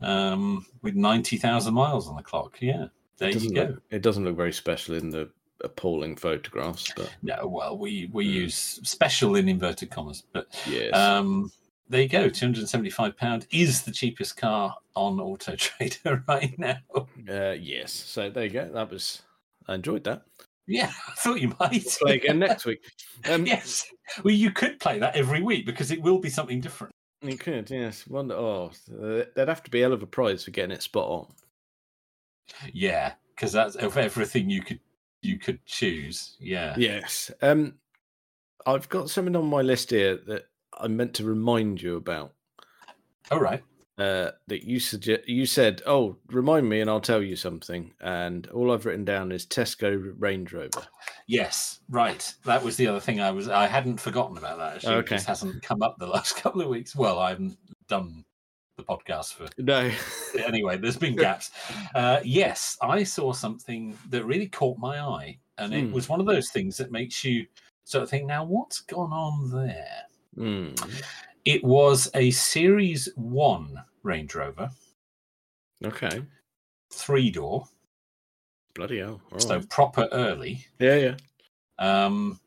S3: um, with 90,000 miles on the clock. Yeah, there
S4: it
S3: you
S4: doesn't
S3: go.
S4: look, it doesn't look very special in the appalling photographs, but
S3: No, well, we, we
S4: Mm.
S3: use special in inverted commas, but
S4: yes,
S3: um, there you go. £275 is the cheapest car on Auto Trader right now.
S4: uh, yes. So there you go. That was. I enjoyed that.
S3: Yeah, I thought you might.
S4: Play again next week. Um,
S3: yes. Well, you could play that every week because it will be something different.
S4: You could, yes. Wonder. Oh, uh, there'd have to be a hell of a prize for getting it spot on.
S3: Yeah, because that's of everything you could you could choose. Yeah.
S4: Yes. Um, I've got something on my list here that I meant to remind you about.
S3: All right.
S4: uh, that you suggest you said, "Oh, remind me, and I'll tell you something." And all I've written down is Tesco Range Rover.
S3: Yes, right. That was the other thing I was. I hadn't forgotten about that. Actually,
S4: Okay.
S3: it just hasn't come up the last couple of weeks. Well, I haven't done the podcast for
S4: No,
S3: anyway. There's been gaps. Uh, yes, I saw something that really caught my eye, and it
S4: Hmm.
S3: was one of those things that makes you sort of think, "Now, what's gone on there?"
S4: Hmm.
S3: It was a Series One Range Rover,
S4: okay,
S3: three door,
S4: bloody hell! All
S3: so
S4: right.
S3: proper early.
S4: yeah, yeah.
S3: um,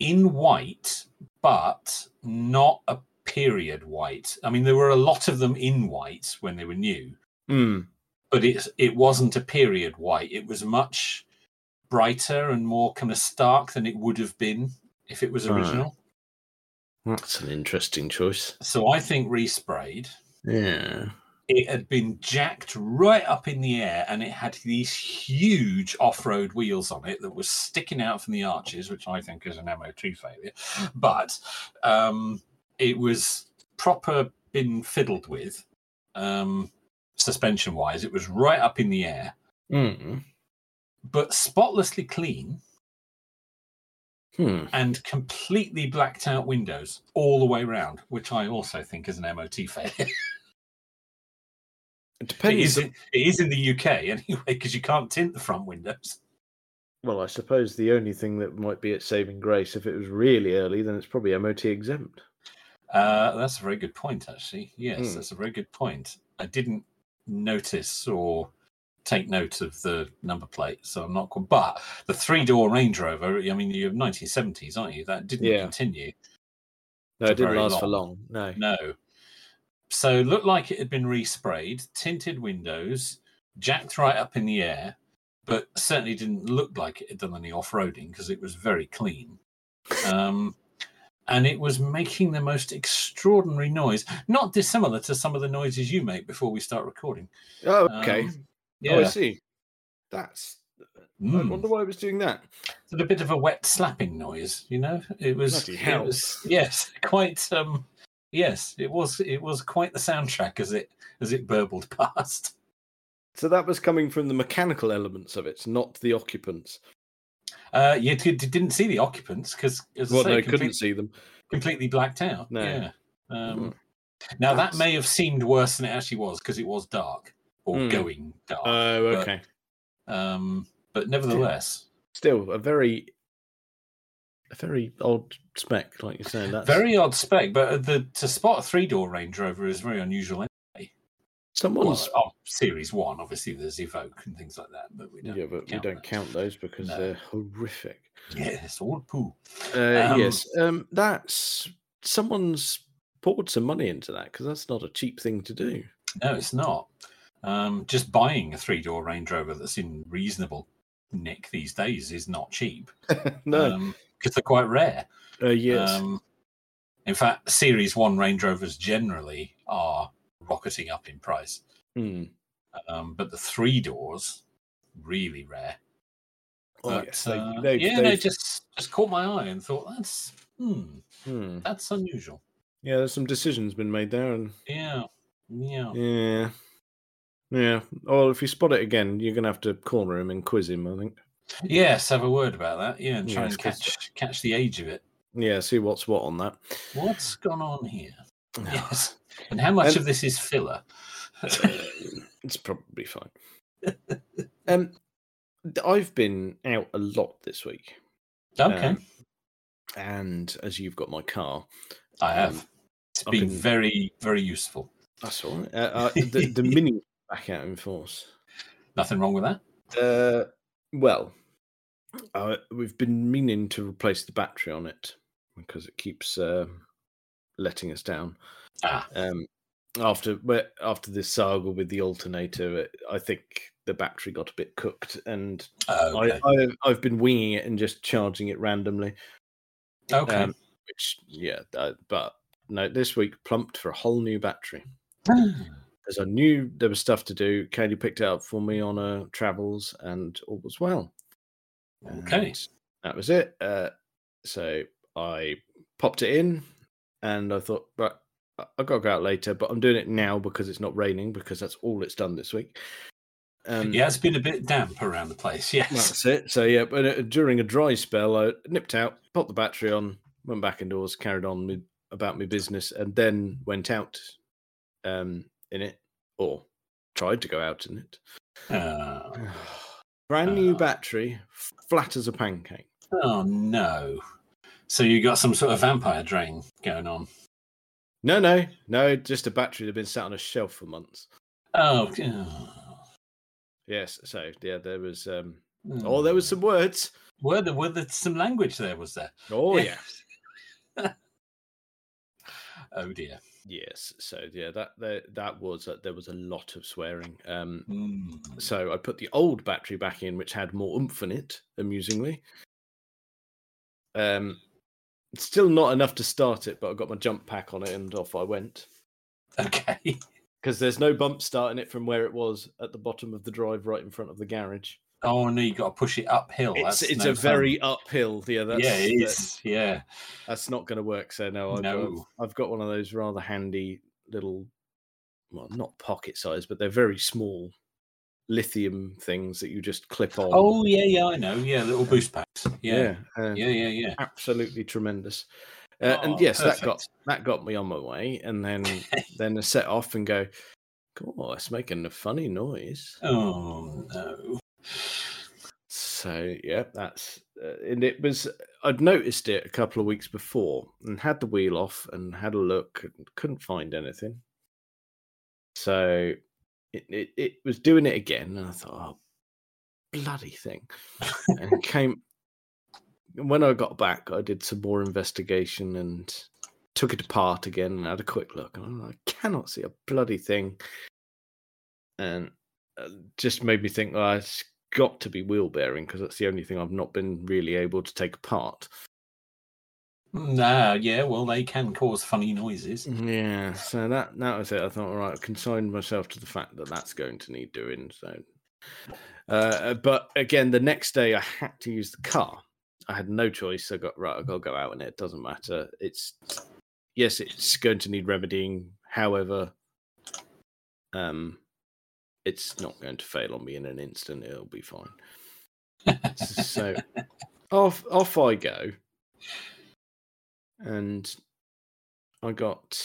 S3: in white, but not a period white. I mean, there were a lot of them in white when they were new,
S4: Hmm.
S3: but it it wasn't a period white. It was much brighter and more kind of stark than it would have been if it was
S4: Right.
S3: original.
S4: That's an interesting choice.
S3: So I think resprayed.
S4: Yeah.
S3: It had been jacked right up in the air, and it had these huge off-road wheels on it that were sticking out from the arches, which I think is an MOT failure. But um, it was proper been fiddled with, um, suspension-wise. It was right up in the air,
S4: Mm.
S3: but spotlessly clean
S4: Hmm.
S3: and completely blacked out windows all the way round, which I also think is an MOT failure.
S4: It
S3: it,
S4: depends.
S3: is in, it is in the UK anyway, because you can't tint the front windows.
S4: Well, I suppose the only thing that might be at saving grace, if it was really early, then it's probably MOT exempt.
S3: Uh, that's a very good point, actually. Yes,
S4: Mm.
S3: that's a very good point. I didn't notice or take note of the number plate, so I'm not. quite. But the three door Range Rover, I mean, you're 1970s, aren't you? That didn't
S4: Yeah.
S3: continue.
S4: No,
S3: For
S4: it didn't
S3: very
S4: last for long.
S3: long.
S4: No.
S3: No. So looked like it had been resprayed, tinted windows, jacked right up in the air, but certainly didn't look like it had done any off roading because it was very clean. Um, and it was making the most extraordinary noise, not dissimilar to some of the noises you make before we start recording.
S4: Oh,
S3: Um,
S4: okay. Oh, I
S3: yeah,
S4: see. That's. I
S3: mm.
S4: wonder why it was doing that.
S3: Did a bit of a wet slapping noise. You know, it was,
S4: Bloody
S3: it
S4: hell.
S3: was yes, quite. um Yes, it was. It was quite the soundtrack as it as it burbled past.
S4: So that was coming from the mechanical elements of it, not the occupants.
S3: Uh, you d- d- didn't see the occupants because, as
S4: Well,
S3: I say,
S4: no,
S3: complete-
S4: couldn't see them.
S3: completely blacked out.
S4: No. Mm-hmm.
S3: Yeah. Um, Now
S4: That's-
S3: that may have seemed worse than it actually was because it was dark or
S4: Mm.
S3: going dark.
S4: Oh,
S3: but-
S4: okay. Uh,
S3: um, but nevertheless,
S4: Still, a very, a very odd spec, like you're saying. That's
S3: very odd spec. But uh, the to spot a three door Range Rover is very unusual. Well,
S4: someone's.
S3: oh, Series One, obviously, there's Evoque and things like that, but we
S4: yeah,
S3: don't.
S4: but we
S3: count
S4: don't
S3: that.
S4: count those because
S3: No.
S4: they're horrific.
S3: Yeah, it's all poo.
S4: Uh,
S3: Um,
S4: yes, um, that's someone's poured some money into that because that's not a cheap thing to do.
S3: No, it's not. Um, just buying a three door Range Rover that's in reasonable nick these days is not cheap.
S4: no,
S3: because they're quite rare.
S4: uh, yes,
S3: Um, in fact, Series 1 Range Rovers generally are rocketing up in price,
S4: Hmm.
S3: um, but the three doors, really rare.
S4: Oh,
S3: But,
S4: yes, they-
S3: uh,
S4: they've-
S3: yeah, no,
S4: they've-
S3: just, just caught my eye and thought, that's, hmm,
S4: hmm.
S3: that's unusual.
S4: yeah. There's some decisions been made there, and
S3: Yeah, yeah.
S4: yeah, yeah. Well, if you spot it again, you're gonna have to corner him and quiz him. I think.
S3: Yes, have a word about that. Yeah, and try
S4: Yes,
S3: and
S4: 'cause-
S3: catch, catch the age of it.
S4: Yeah, see what's what on that. Ah,
S3: What's gone on here? Yes. And how much
S4: And-
S3: of this is filler?
S4: it's probably fine. um, d- I've been out a lot this week,
S3: okay,
S4: um, and as you've got my car,
S3: I have.
S4: um,
S3: It's
S4: up
S3: been
S4: in-
S3: very, very useful.
S4: That's all right. Uh, uh, the, the mini back out in force.
S3: Nothing wrong with that.
S4: Uh, well, uh, we've been meaning to replace the battery on it because it keeps uh, letting us down.
S3: Ah.
S4: Um, after but after this saga with the alternator, it, I think the battery got a bit cooked, and
S3: Oh, okay.
S4: I, I I've been winging it and just charging it randomly.
S3: Okay.
S4: Um, which yeah, uh, but no, this week plumped for a whole new battery. because I knew there was stuff to do. Katie picked it up for me on her travels, and all was well.
S3: okay.
S4: And that was it. Uh, so I popped it in, and I thought, right, I- I gotta go out later, but I'm doing it now because it's not raining because that's all it's done this week. Um,
S3: Yeah, it's been a bit damp around the place. Yes.
S4: That's it. So yeah, but uh, during a dry spell, I nipped out, popped the battery on, went back indoors, carried on me, about my business, and then went out um, in it, or tried to go out in it.
S3: Uh,
S4: Brand new
S3: Ah.
S4: battery, flat as a pancake.
S3: oh no. So you got some sort of vampire drain going on.
S4: No, no, no, just a battery that had been sat on a shelf for months.
S3: Oh. oh.
S4: Yes, so yeah, there was. Um, oh, there was some words.
S3: Were there, were there some language there? Was there?
S4: Oh yeah.
S3: Oh dear.
S4: Yes. So yeah, that that, that was uh, there was a lot of swearing. Um,
S3: Mm.
S4: So I put the old battery back in, which had more oomph in it, amusingly. Um, it's still not enough to start it, but I got my jump pack on it and off I went.
S3: Okay.
S4: Because there's no bump starting it from where it was at the bottom of the drive, right in front of the garage.
S3: Oh no, you got to push it uphill.
S4: It's,
S3: Oh, That's
S4: it's
S3: no
S4: a
S3: fun.
S4: very uphill. Yeah, that's,
S3: yeah, it
S4: that-
S3: is. Yeah.
S4: that's not going to work. So no, I've, got-
S3: No.
S4: I've got one of those rather handy little, well, not pocket size, but they're very small lithium things that you just clip on.
S3: Oh yeah, yeah, I know. Yeah, little boost packs. Yeah.
S4: uh,
S3: Yeah, yeah, yeah.
S4: absolutely tremendous. Uh,
S3: Oh,
S4: and yes, that got
S3: perfect.
S4: that got me on my way, and then then I set off and go. God, it's making a funny noise.
S3: Oh no.
S4: So yeah, that's uh, and it was. I'd noticed it a couple of weeks before and had the wheel off and had a look and couldn't find anything. So it it, it was doing it again, and I thought, oh, bloody thing! and it came when I got back. I did some more investigation and took it apart again and had a quick look. And I'm like, I cannot see a bloody thing, and uh, just made me think, well, it's got to be wheel bearing because that's the only thing I've not been really able to take apart.
S3: Nah, yeah, well, they can cause funny noises.
S4: Yeah, so that that was it. I thought, all right, I consigned myself to the fact that that's going to need doing. So, uh, but again, the next day I had to use the car. I had no choice. I got right. I got to go out in it. It doesn't matter. It's yes, it's going to need remedying. However, um, it's not going to fail on me in an instant. It'll be fine. so off off I go, and I got.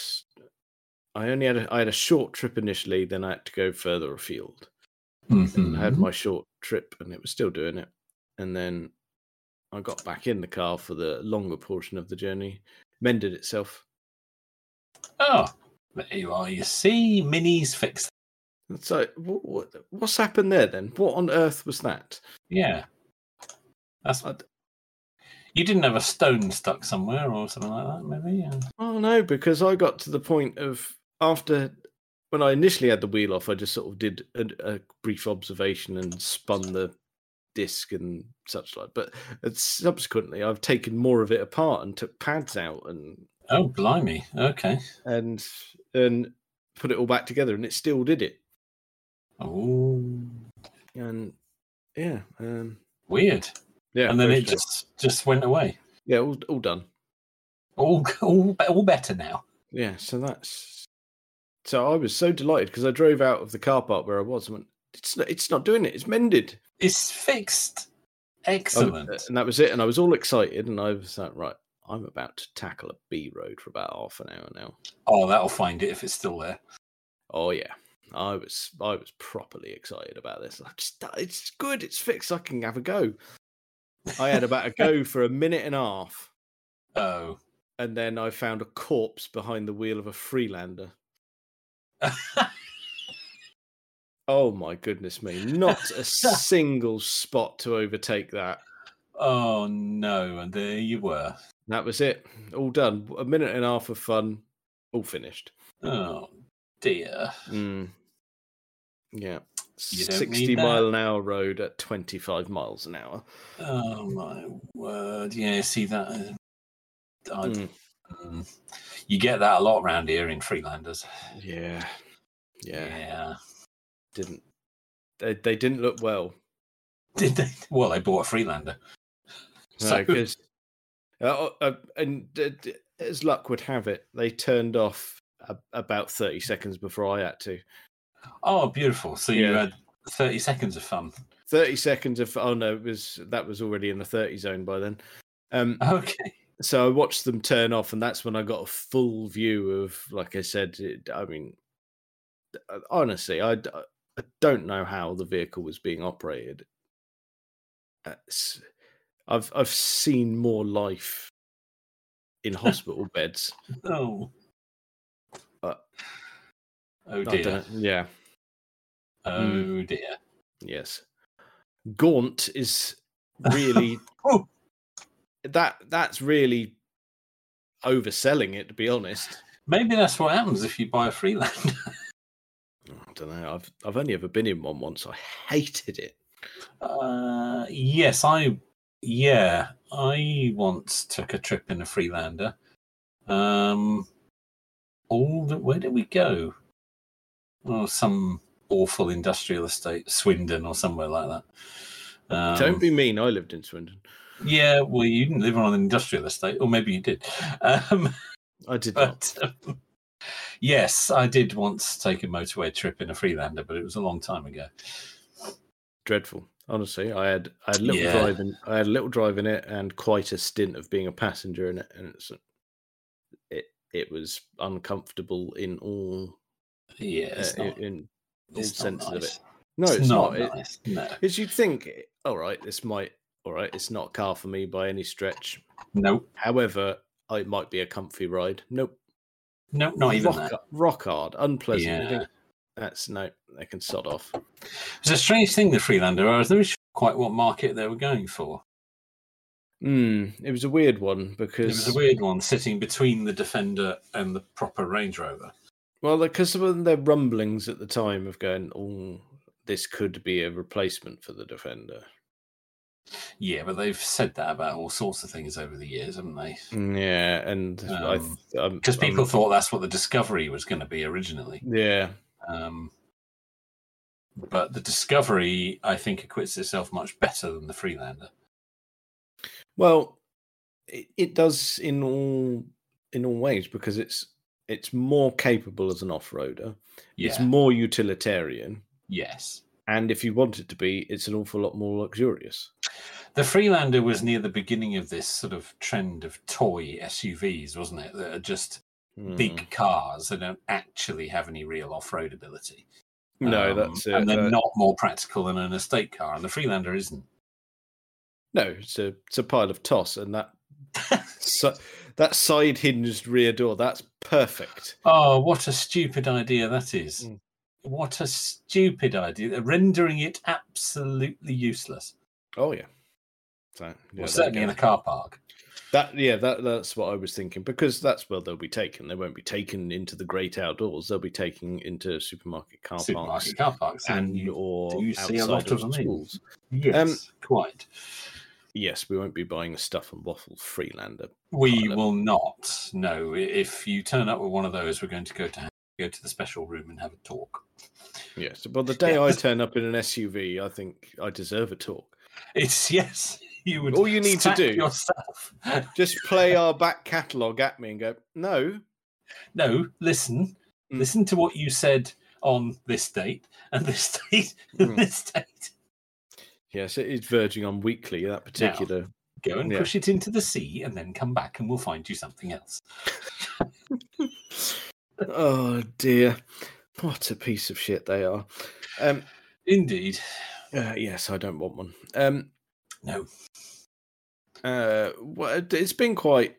S4: I only had a, I had a short trip initially. Then I had to go further afield.
S3: Mhm.
S4: I had my short trip, and it was still doing it. And then I got back in the car for the longer portion of the journey. Mended itself.
S3: Oh, there you are. You see, Minnie's fixed.
S4: And So what, what's happened there then? What on earth was that?
S3: Yeah. That's
S4: I'd-
S3: You didn't have a stone stuck somewhere or something like that, maybe? Uh,
S4: Oh no, because I got to the point of after when I initially had the wheel off, I just sort of did a, a brief observation and spun the disc and such like. But it's, subsequently, I've taken more of it apart and took pads out and
S3: Oh, blimey. Okay.
S4: and and put it all back together, and it still did it.
S3: Oh,
S4: And yeah, um,
S3: weird.
S4: yeah,
S3: and then
S4: very
S3: it
S4: strange.
S3: just just went away.
S4: yeah, all, all done.
S3: All, all, be- all better now.
S4: Yeah, so that's so I was so delighted because I drove out of the car park where I was and went, it's not, it's not doing it. It's mended.
S3: It's fixed.
S4: I was-
S3: Excellent.
S4: uh, and that was it. And I was all excited, and I was like, right, I'm about to tackle a B road for about half an hour now.
S3: Oh, that'll find it if it's still there.
S4: Oh yeah, I was I was properly excited about this. I just "Ah, it's good, it's fixed. I can have a go. I had about a go for a minute and a half,
S3: Oh.
S4: and then I found a corpse behind the wheel of a Freelander. Oh my goodness me! Not a single spot to overtake that.
S3: oh, no. And there you were.
S4: That was it. All done. A minute and a half of fun. All finished.
S3: Oh, dear.
S4: Mm. Yeah.
S3: You don't need
S4: 60
S3: that.
S4: mile an hour road at 25 miles an hour.
S3: Oh, my word. Yeah, see that? uh, I,
S4: Mm,
S3: mm, You get that a lot round here in Freelanders.
S4: Yeah. yeah.
S3: yeah.
S4: Didn't they, they didn't look well.
S3: Did they? Well, they bought a Freelander.
S4: No, oh,
S3: So-
S4: 'cause- uh, uh, and uh, d- as luck would have it, they turned off a, about 30 seconds before I had to.
S3: Oh, beautiful. So you
S4: Yeah.
S3: had 30 seconds of fun.
S4: 30 seconds of oh no, it was that was already in the 30 zone by then. Um,
S3: Okay.
S4: so I watched them turn off, and that's when I got a full view of, like I said, it, I mean, uh, honestly, I, d- uh, I don't know how the vehicle was being operated. Uh, s- I've I've seen more life in hospital beds.
S3: Oh.
S4: Uh,
S3: oh,
S4: I
S3: dear.
S4: don't- Hmm. yeah,
S3: Oh, dear.
S4: yes. Gaunt is really
S3: Oh.
S4: that that's really overselling it to be honest.
S3: Maybe that's what happens if you buy a Freelander.
S4: I don't know. I've I've only ever been in one once. I hated it.
S3: Uh, yes, I. Yeah, I once took a trip in a Freelander. Um, all the, where did we go? Oh, some awful industrial estate, Swindon or somewhere like that. Um,
S4: Don't be mean. I lived in Swindon.
S3: Yeah, well, you didn't live on an industrial estate, or maybe you did. Um,
S4: I did not.
S3: but um, yes, I did once take a motorway trip in a Freelander, but it was a long time ago.
S4: Dreadful. Honestly, I had I had a little
S3: Yeah.
S4: drive in I had a little drive in it and quite a stint of being a passenger in it, and it's it it was uncomfortable in all
S3: Yeah,
S4: uh,
S3: it's
S4: i-
S3: not,
S4: in all
S3: it's not
S4: senses of
S3: nice.
S4: it. No, it's, not. It-
S3: nice. No,
S4: Because you'd think, eh, all right, this might all right, it's not a car for me by any stretch.
S3: no,
S4: However, it might be a comfy ride. Nope.
S3: no, not even
S4: rock,
S3: that.
S4: rock hard, unpleasant. you
S3: Yeah.
S4: think, That's no, they can sod off.
S3: It's a strange thing, the Freelander. I was never sure quite what market they were going for.
S4: Mm, it was a weird one
S3: It
S4: because
S3: was a weird one, sitting between the Defender and the proper Range Rover.
S4: well, because of their rumblings at the time of going, oh, this could be a replacement for the Defender.
S3: Yeah, but they've said that about all sorts of things over the years, haven't they?
S4: Yeah, and I
S3: Mm. Hmm. Um,
S4: because
S3: Because people thought that's what the Discovery was going to be originally.
S4: yeah,
S3: Um, but the Discovery, I think, acquits itself much better than the Freelander.
S4: Well, it, it does in all in all ways because it's it's more capable as an off-roader.
S3: Yeah.
S4: It's more utilitarian,
S3: Yes.
S4: and if you want it to be, it's an awful lot more luxurious.
S3: The Freelander was near the beginning of this sort of trend of toy SUVs, wasn't it? That are just
S4: Mm.
S3: big cars that don't actually have any real off road ability.
S4: No,
S3: Um,
S4: that's it.
S3: And they're
S4: uh,
S3: not more practical than an estate car, and the Freelander isn't.
S4: no, it's a it's a pile of toss, and that so, that side hinged rear door that's perfect.
S3: Oh, what a stupid idea that is.
S4: Mm.
S3: What a stupid idea. Rendering it absolutely useless.
S4: Oh yeah, so yeah, there
S3: Well,
S4: we
S3: certainly in
S4: go.
S3: a car park.
S4: That yeah, that that's what I was thinking because that's where they'll be taken. They won't be taken into the great outdoors. They'll be taken into supermarket car
S3: supermarket car parks.
S4: parks and
S3: you-
S4: or
S3: do you see a
S4: outside
S3: lot of them in?
S4: schools.
S3: yes,
S4: Um,
S3: quite.
S4: Yes, we won't be buying the stuff and waffle Freelander.
S3: We
S4: Pilot.
S3: will not. No, i- if you turn up with one of those, we're going to go to go to the special room and have a talk.
S4: Yes, but the day
S3: Yeah.
S4: I turn up in an SUV, I think I deserve a talk.
S3: It's yes, you would.
S4: All you need to
S3: sack
S4: do-
S3: yourself.
S4: Just play our back catalogue at me and go, no,
S3: no, listen,
S4: Mm.
S3: listen to what you said on this date and this date
S4: Mm.
S3: and this date.
S4: Yes, it is verging on weekly, that particular.
S3: Go and
S4: Yeah.
S3: push it into the sea, and then come back, and we'll find you something else.
S4: Oh dear. What a piece of shit they are. Um
S3: Indeed.
S4: uh, yes, I don't want one. Um
S3: No.
S4: uh wha- it's been quite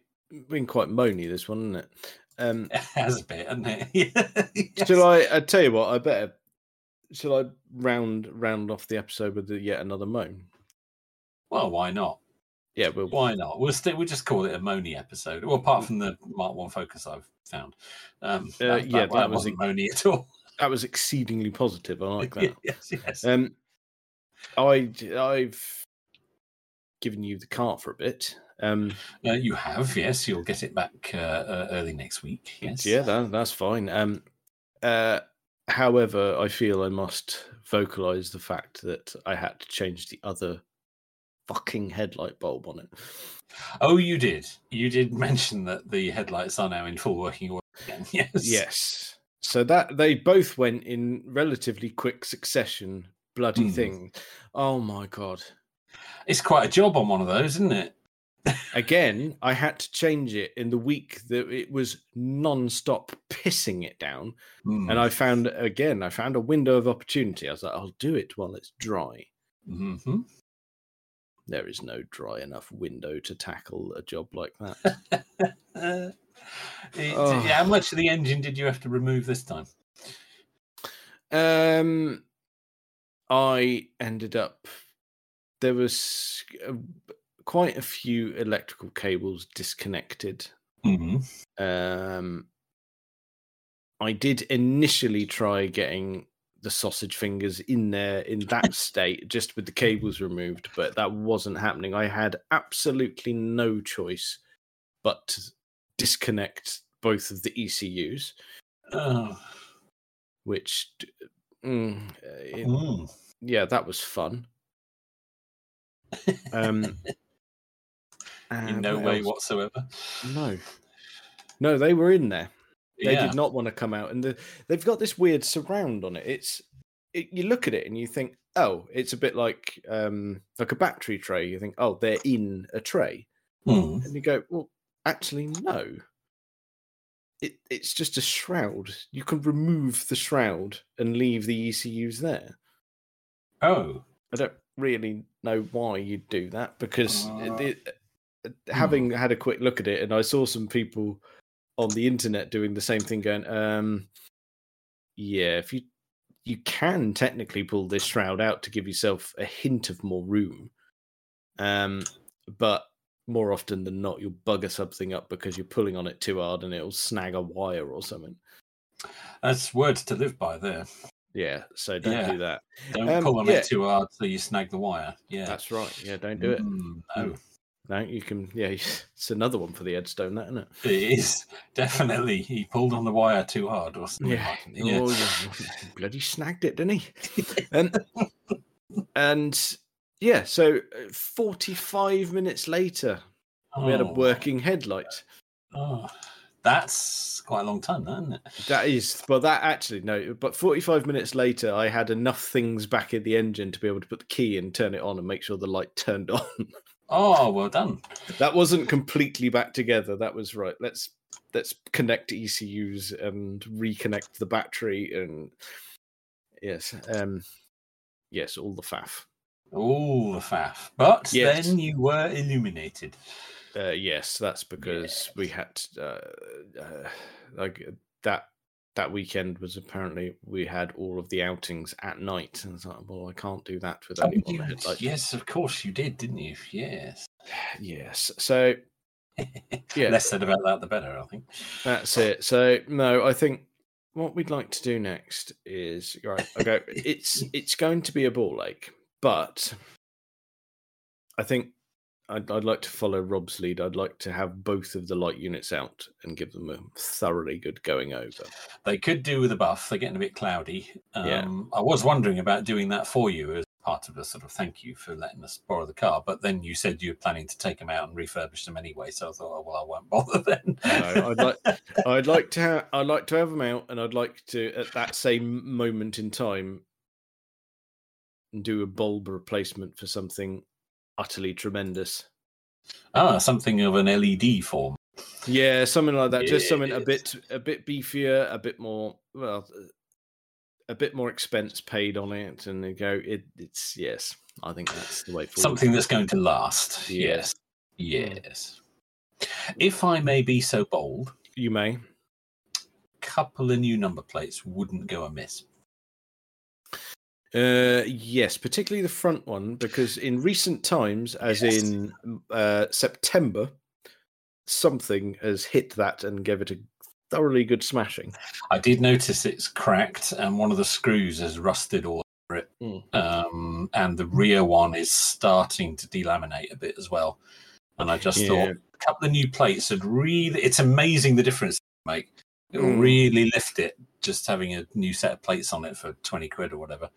S4: been quite moany this one, isn't it? Um
S3: It has a bit, hasn't it? Uh, Yes.
S4: shall I I tell you what, I better shall I round round off the episode with the, yet another moan?
S3: Well, why not?
S4: Yeah, we'll
S3: Why not? We'll still we'll just call it a Moni episode. Well, apart from the Mark One Focus I've found. Um,
S4: Uh, yeah, that was
S3: wasn't
S4: a-
S3: Moni at all.
S4: that was exceedingly positive. I like that.
S3: yes, yes.
S4: Um, I I've given you the cart for a bit. Um,
S3: Uh, you have, yes. You'll get it back uh, uh, early next week. Yes.
S4: yeah, that, that's fine. Um, uh, however, I feel I must vocalize the fact that I had to change the other fucking headlight bulb on it.
S3: Oh, you did. You did mention that the headlights are now in full working order. again. Yes.
S4: Yes. So that they both went in relatively quick succession. Bloody
S3: Mhm.
S4: thing. Oh my god.
S3: It's quite a job on one of those, isn't it?
S4: Again, I had to change it in the week that it was non-stop pissing it down.
S3: Mm,
S4: And I found again, I found a window of opportunity. I was like, I'll do it while it's dry.
S3: mhm.
S4: There is no dry enough window to tackle a job like that.
S3: Uh, it-
S4: Oh.
S3: yeah, how much of the engine did you have to remove this time?
S4: Um, I ended up there was uh, quite a few electrical cables disconnected.
S3: Mm-hmm.
S4: Um, I did initially try getting the sausage fingers in there in that state, just with the cables removed, but that wasn't happening. I had absolutely no choice but to disconnect both of the E ECUs,
S3: Oh.
S4: which. d- Mm, uh, it-
S3: Mm.
S4: yeah, that was fun. Um,
S3: in
S4: and
S3: no
S4: Uh, what
S3: way
S4: else?
S3: whatsoever.
S4: No, no, they were in there. They
S3: yeah.
S4: did not want to come out, and the, they've got this weird surround on it. It's it, you look at it and you think, oh, it's a bit like um like a battery tray. You think, oh, they're in a tray,
S3: Mm.
S4: and you go, well, actually, no. It, it's just a shroud. You can remove the shroud and leave the ECUs there.
S3: Oh.
S4: I don't really know why you'd do that because
S3: Uh,
S4: it, it- having had a quick look at it, and I saw some people on the internet doing the same thing, going, um, "Yeah, if you you can technically pull this shroud out to give yourself a hint of more room, um, but more often than not, you'll bugger something up because you're pulling on it too hard, and it'll snag a wire or something."
S3: That's words to live by there.
S4: Yeah, so don't
S3: Yeah.
S4: do that.
S3: Don't
S4: Um,
S3: pull on
S4: yeah.
S3: it too hard so you snag the wire. Yeah.
S4: That's right. Yeah, don't do it.
S3: Mm, no,
S4: No, you can. Yeah, it's another one for the headstone, that isn't it?
S3: it is definitely he pulled on the wire too hard or something.
S4: Yeah.
S3: like that, yeah.
S4: Oh, yeah. He Bloody snagged it, didn't he? and, and yeah, so uh, 45 minutes later, we had a
S3: Oh,
S4: working headlight.
S3: oh. That's quite a long time, that, isn't it?
S4: That is, well, that actually, no, but 45 minutes later, I had enough things back in the engine to be able to put the key and turn it on and make sure the light turned on.
S3: Oh, well done.
S4: that wasn't completely back together. That was right. Let's let's connect ECUs and reconnect the battery and yes, um, yes, all the faff.
S3: All the faff. But
S4: Yes.
S3: then you were illuminated.
S4: Uh, yes, that's because we had uh, uh, like uh, that that weekend was apparently we had all of the outings at night, and it's like, well, I can't do that with
S3: Oh,
S4: anyone.
S3: you-
S4: ahead, like-
S3: yes, of course you did, didn't you? Yes.
S4: Yes, so yeah,
S3: Less said about that, the better, I think.
S4: That's it. So no, I think what we'd like to do next is right. Okay, it's it's going to be a ball ache, but I think I'd, I'd like to follow Rob's lead. I'd like to have both of the light units out and give them a thoroughly good going over.
S3: They could do with a buff. They're getting a bit cloudy. Um,
S4: Yeah.
S3: I was wondering about doing that for you as part of a sort of thank you for letting us borrow the car, but then you said you were planning to take them out and refurbish them anyway. So I thought, oh, well, I won't bother then.
S4: No, I'd like I'd like to ha- I'd like to have them out, and I'd like to at that same moment in time do a bulb replacement for something utterly tremendous.
S3: ah, something of an LED form.
S4: Yeah, something like that. Just something a
S3: Yes.
S4: bit a bit beefier, a bit more well, uh, a bit more expense paid on it, and they go. It, it's yes, I think that's the way forward.
S3: Something that's going to last.
S4: Yes. Hmm.
S3: Yes. Yes. If I may be so bold,
S4: you may.
S3: couple of new number plates wouldn't go amiss.
S4: Uh, yes, particularly the front one because in recent times, as
S3: Yes.
S4: in m- uh, September, something has hit that and gave it a thoroughly good smashing.
S3: I did notice it's cracked and one of the screws has rusted all over it.
S4: Mm.
S3: Um, and the rear one is starting to delaminate a bit as well. And I just thought
S4: Yeah.
S3: a couple of new plates would really, it's amazing the difference they make. It'll
S4: Mm.
S3: really lift it just having a new set of plates on it for 20 quid or whatever.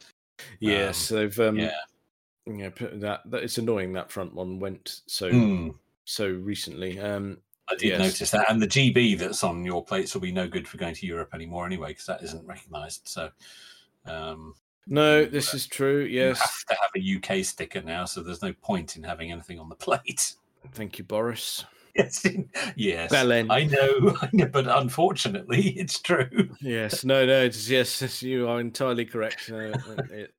S4: Yes, they've um,
S3: yeah.
S4: yeah, put that, that it's annoying that front one went so
S3: Mm.
S4: so recently. Um,
S3: I did
S4: Yes.
S3: notice that. And the GB that's on your plates will be no good for going to Europe anymore anyway, because that isn't recognised. So um,
S4: No, this is true.
S3: you
S4: Yes.
S3: have to have a UK sticker now, so there's no point in having anything on the plate.
S4: Thank you, Boris.
S3: yes, yes.
S4: Belen.
S3: I know, I know, but unfortunately, it's true.
S4: Yes. No, no. It's, yes, yes, you are entirely correct. No, uh, it,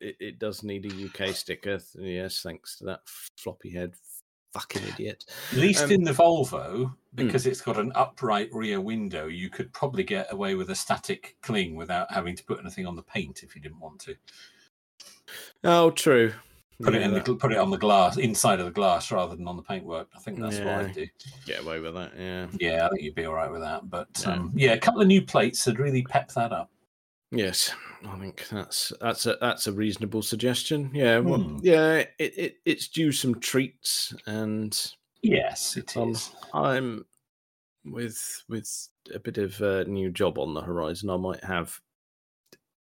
S4: it, it does need a UK sticker. Yes, thanks to that floppy head fucking idiot.
S3: At least
S4: Um, mm.
S3: in the Volvo, because it's got an upright rear window, you could probably get away with a static cling without having to put anything on the paint if you didn't want to.
S4: Oh, true.
S3: Put it
S4: Yeah,
S3: in the,
S4: that-
S3: gl- put it on the glass inside of the glass rather than on the paintwork. I think that's what
S4: Yeah.
S3: I do.
S4: Get away with that. Yeah.
S3: Yeah, I think you'd be all right with that. But
S4: Yeah.
S3: um, yeah, a couple of new plates would really pep that up.
S4: Yes, I think that's that's a that's a reasonable suggestion. Yeah. Well,
S3: Hmm.
S4: yeah. It, it it's due some treats, and
S3: Yes, it is.
S4: Um, I'm with with a bit of a new job on the horizon. I might have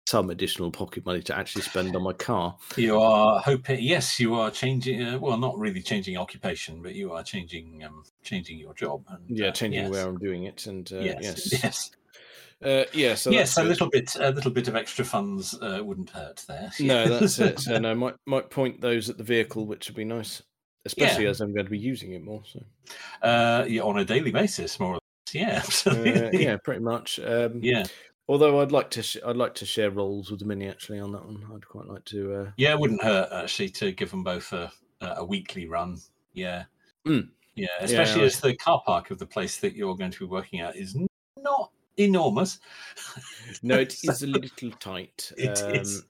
S4: some additional pocket money to actually spend on my car.
S3: You are hoping. Yes, you are changing. Uh, well, not really changing occupation, but you are changing um, changing your job. And,
S4: Yeah,
S3: uh,
S4: changing
S3: yes,
S4: where I'm doing it, and uh,
S3: Yes,
S4: yes,
S3: yes,
S4: yes,
S3: yes.
S4: uh, yeah. So that's
S3: a
S4: good.
S3: little bit, a little bit of extra funds uh, wouldn't hurt there.
S4: No, that's
S3: Yes.
S4: it. So no, might might point those at the vehicle, which would be nice, especially as I'm going to be using it more. So.
S3: uh, yeah, on a daily basis, more or less. Yeah, absolutely.
S4: Uh, yeah, pretty much. Um,
S3: yeah,
S4: Although I'd like to, sh- I'd like to share roles with the mini actually on that one. I'd quite like to. Uh,
S3: yeah. It wouldn't hurt actually to give them both a a a weekly run. Yeah,
S4: Mm.
S3: yeah. Especially
S4: I-
S3: as the car park of the place that you're going to be working at is not enormous.
S4: no, it is a little tight. um,
S3: It is.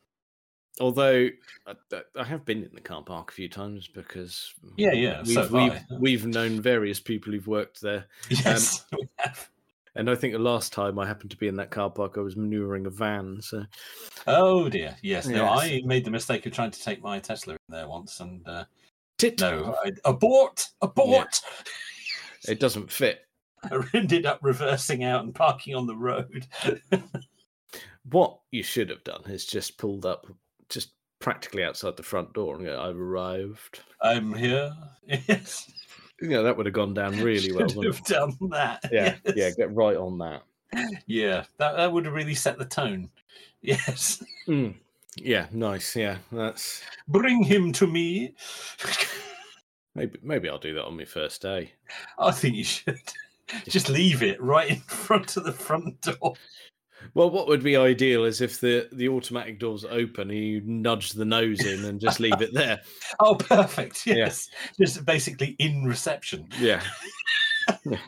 S4: Although I, I- I have been in the car park a few times because
S3: Yeah, yeah,
S4: we've
S3: so have
S4: we've,
S3: I.
S4: we've um, known various people who've worked there,
S3: Yes, we have.
S4: and I think the last time I happened to be in that car park, I was maneuvering a van. So
S3: Oh dear, yes. No,
S4: Yes.
S3: I made the mistake of trying to take my Tesla in there once, and uh,
S4: tit,
S3: no, I, abort, abort.
S4: it doesn't fit.
S3: I ended up reversing out and parking on the road.
S4: What you should have done is just pulled up, just practically outside the front door, and go, "I've arrived."
S3: I'm here. Yes,
S4: Yeah, that would have gone down really well.
S3: should
S4: wouldn't
S3: have
S4: it?
S3: done that.
S4: Yeah, yeah,
S3: yes.
S4: get right on that.
S3: yeah. That that would have really set the tone. Yes,
S4: Mm. Yeah, nice. Yeah, that's
S3: bring him to me.
S4: maybe maybe I'll do that on my first day.
S3: I think you should just leave it right in front of the front door.
S4: Well, what would be ideal is if the the automatic doors open, and you nudge the nose in and just leave it there.
S3: Oh, perfect.
S4: Yeah.
S3: Yes, just basically in reception.
S4: Yeah. Yeah.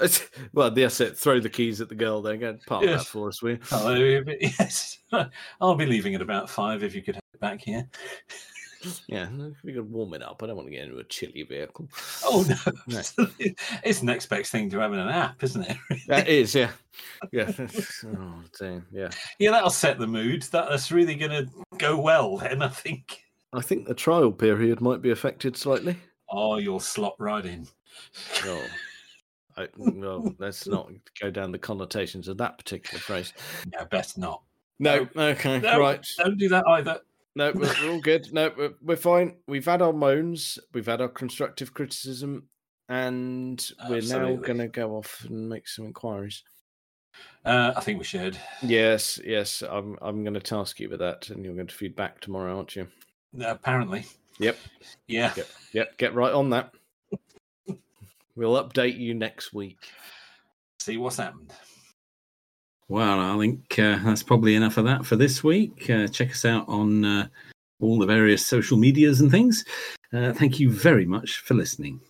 S4: It's- well, that's it. Throw the keys at the girl. There, go park
S3: Yes.
S4: that for us, will you?
S3: Hello, but yes. I'll be leaving at about five if you could have it back here.
S4: Yeah, we could warm it up. I don't want to get into a chilly vehicle.
S3: Oh, no.
S4: No.
S3: absolutely. it's the next best thing to having an app, isn't it?
S4: that is yeah, yeah. oh damn, yeah.
S3: yeah, that'll set the mood. That, that's really going to go well then, I think.
S4: I think the trial period might be affected slightly.
S3: Oh, you'll slot right in.
S4: Oh, I, well, let's not go down the connotations of that particular phrase.
S3: No, best not.
S4: No, okay,
S3: No,
S4: right.
S3: Don't do that either.
S4: No, we're, we're all good. No, we're, we're fine. We've had our moans, we've had our constructive criticism, and we're now
S3: Absolutely.
S4: going to go off and make some inquiries.
S3: Uh, I think we should.
S4: Yes, yes, I'm I'm going to task you with that, and you're going to feed back tomorrow, aren't you?
S3: Apparently.
S4: Yep.
S3: Yeah.
S4: Yep, get right on that. We'll update you next week.
S3: See what's happened.
S1: Well, I think uh, that's probably enough of that for this week. Uh, check us out on uh, all the various social medias and things. Uh, thank you very much for listening.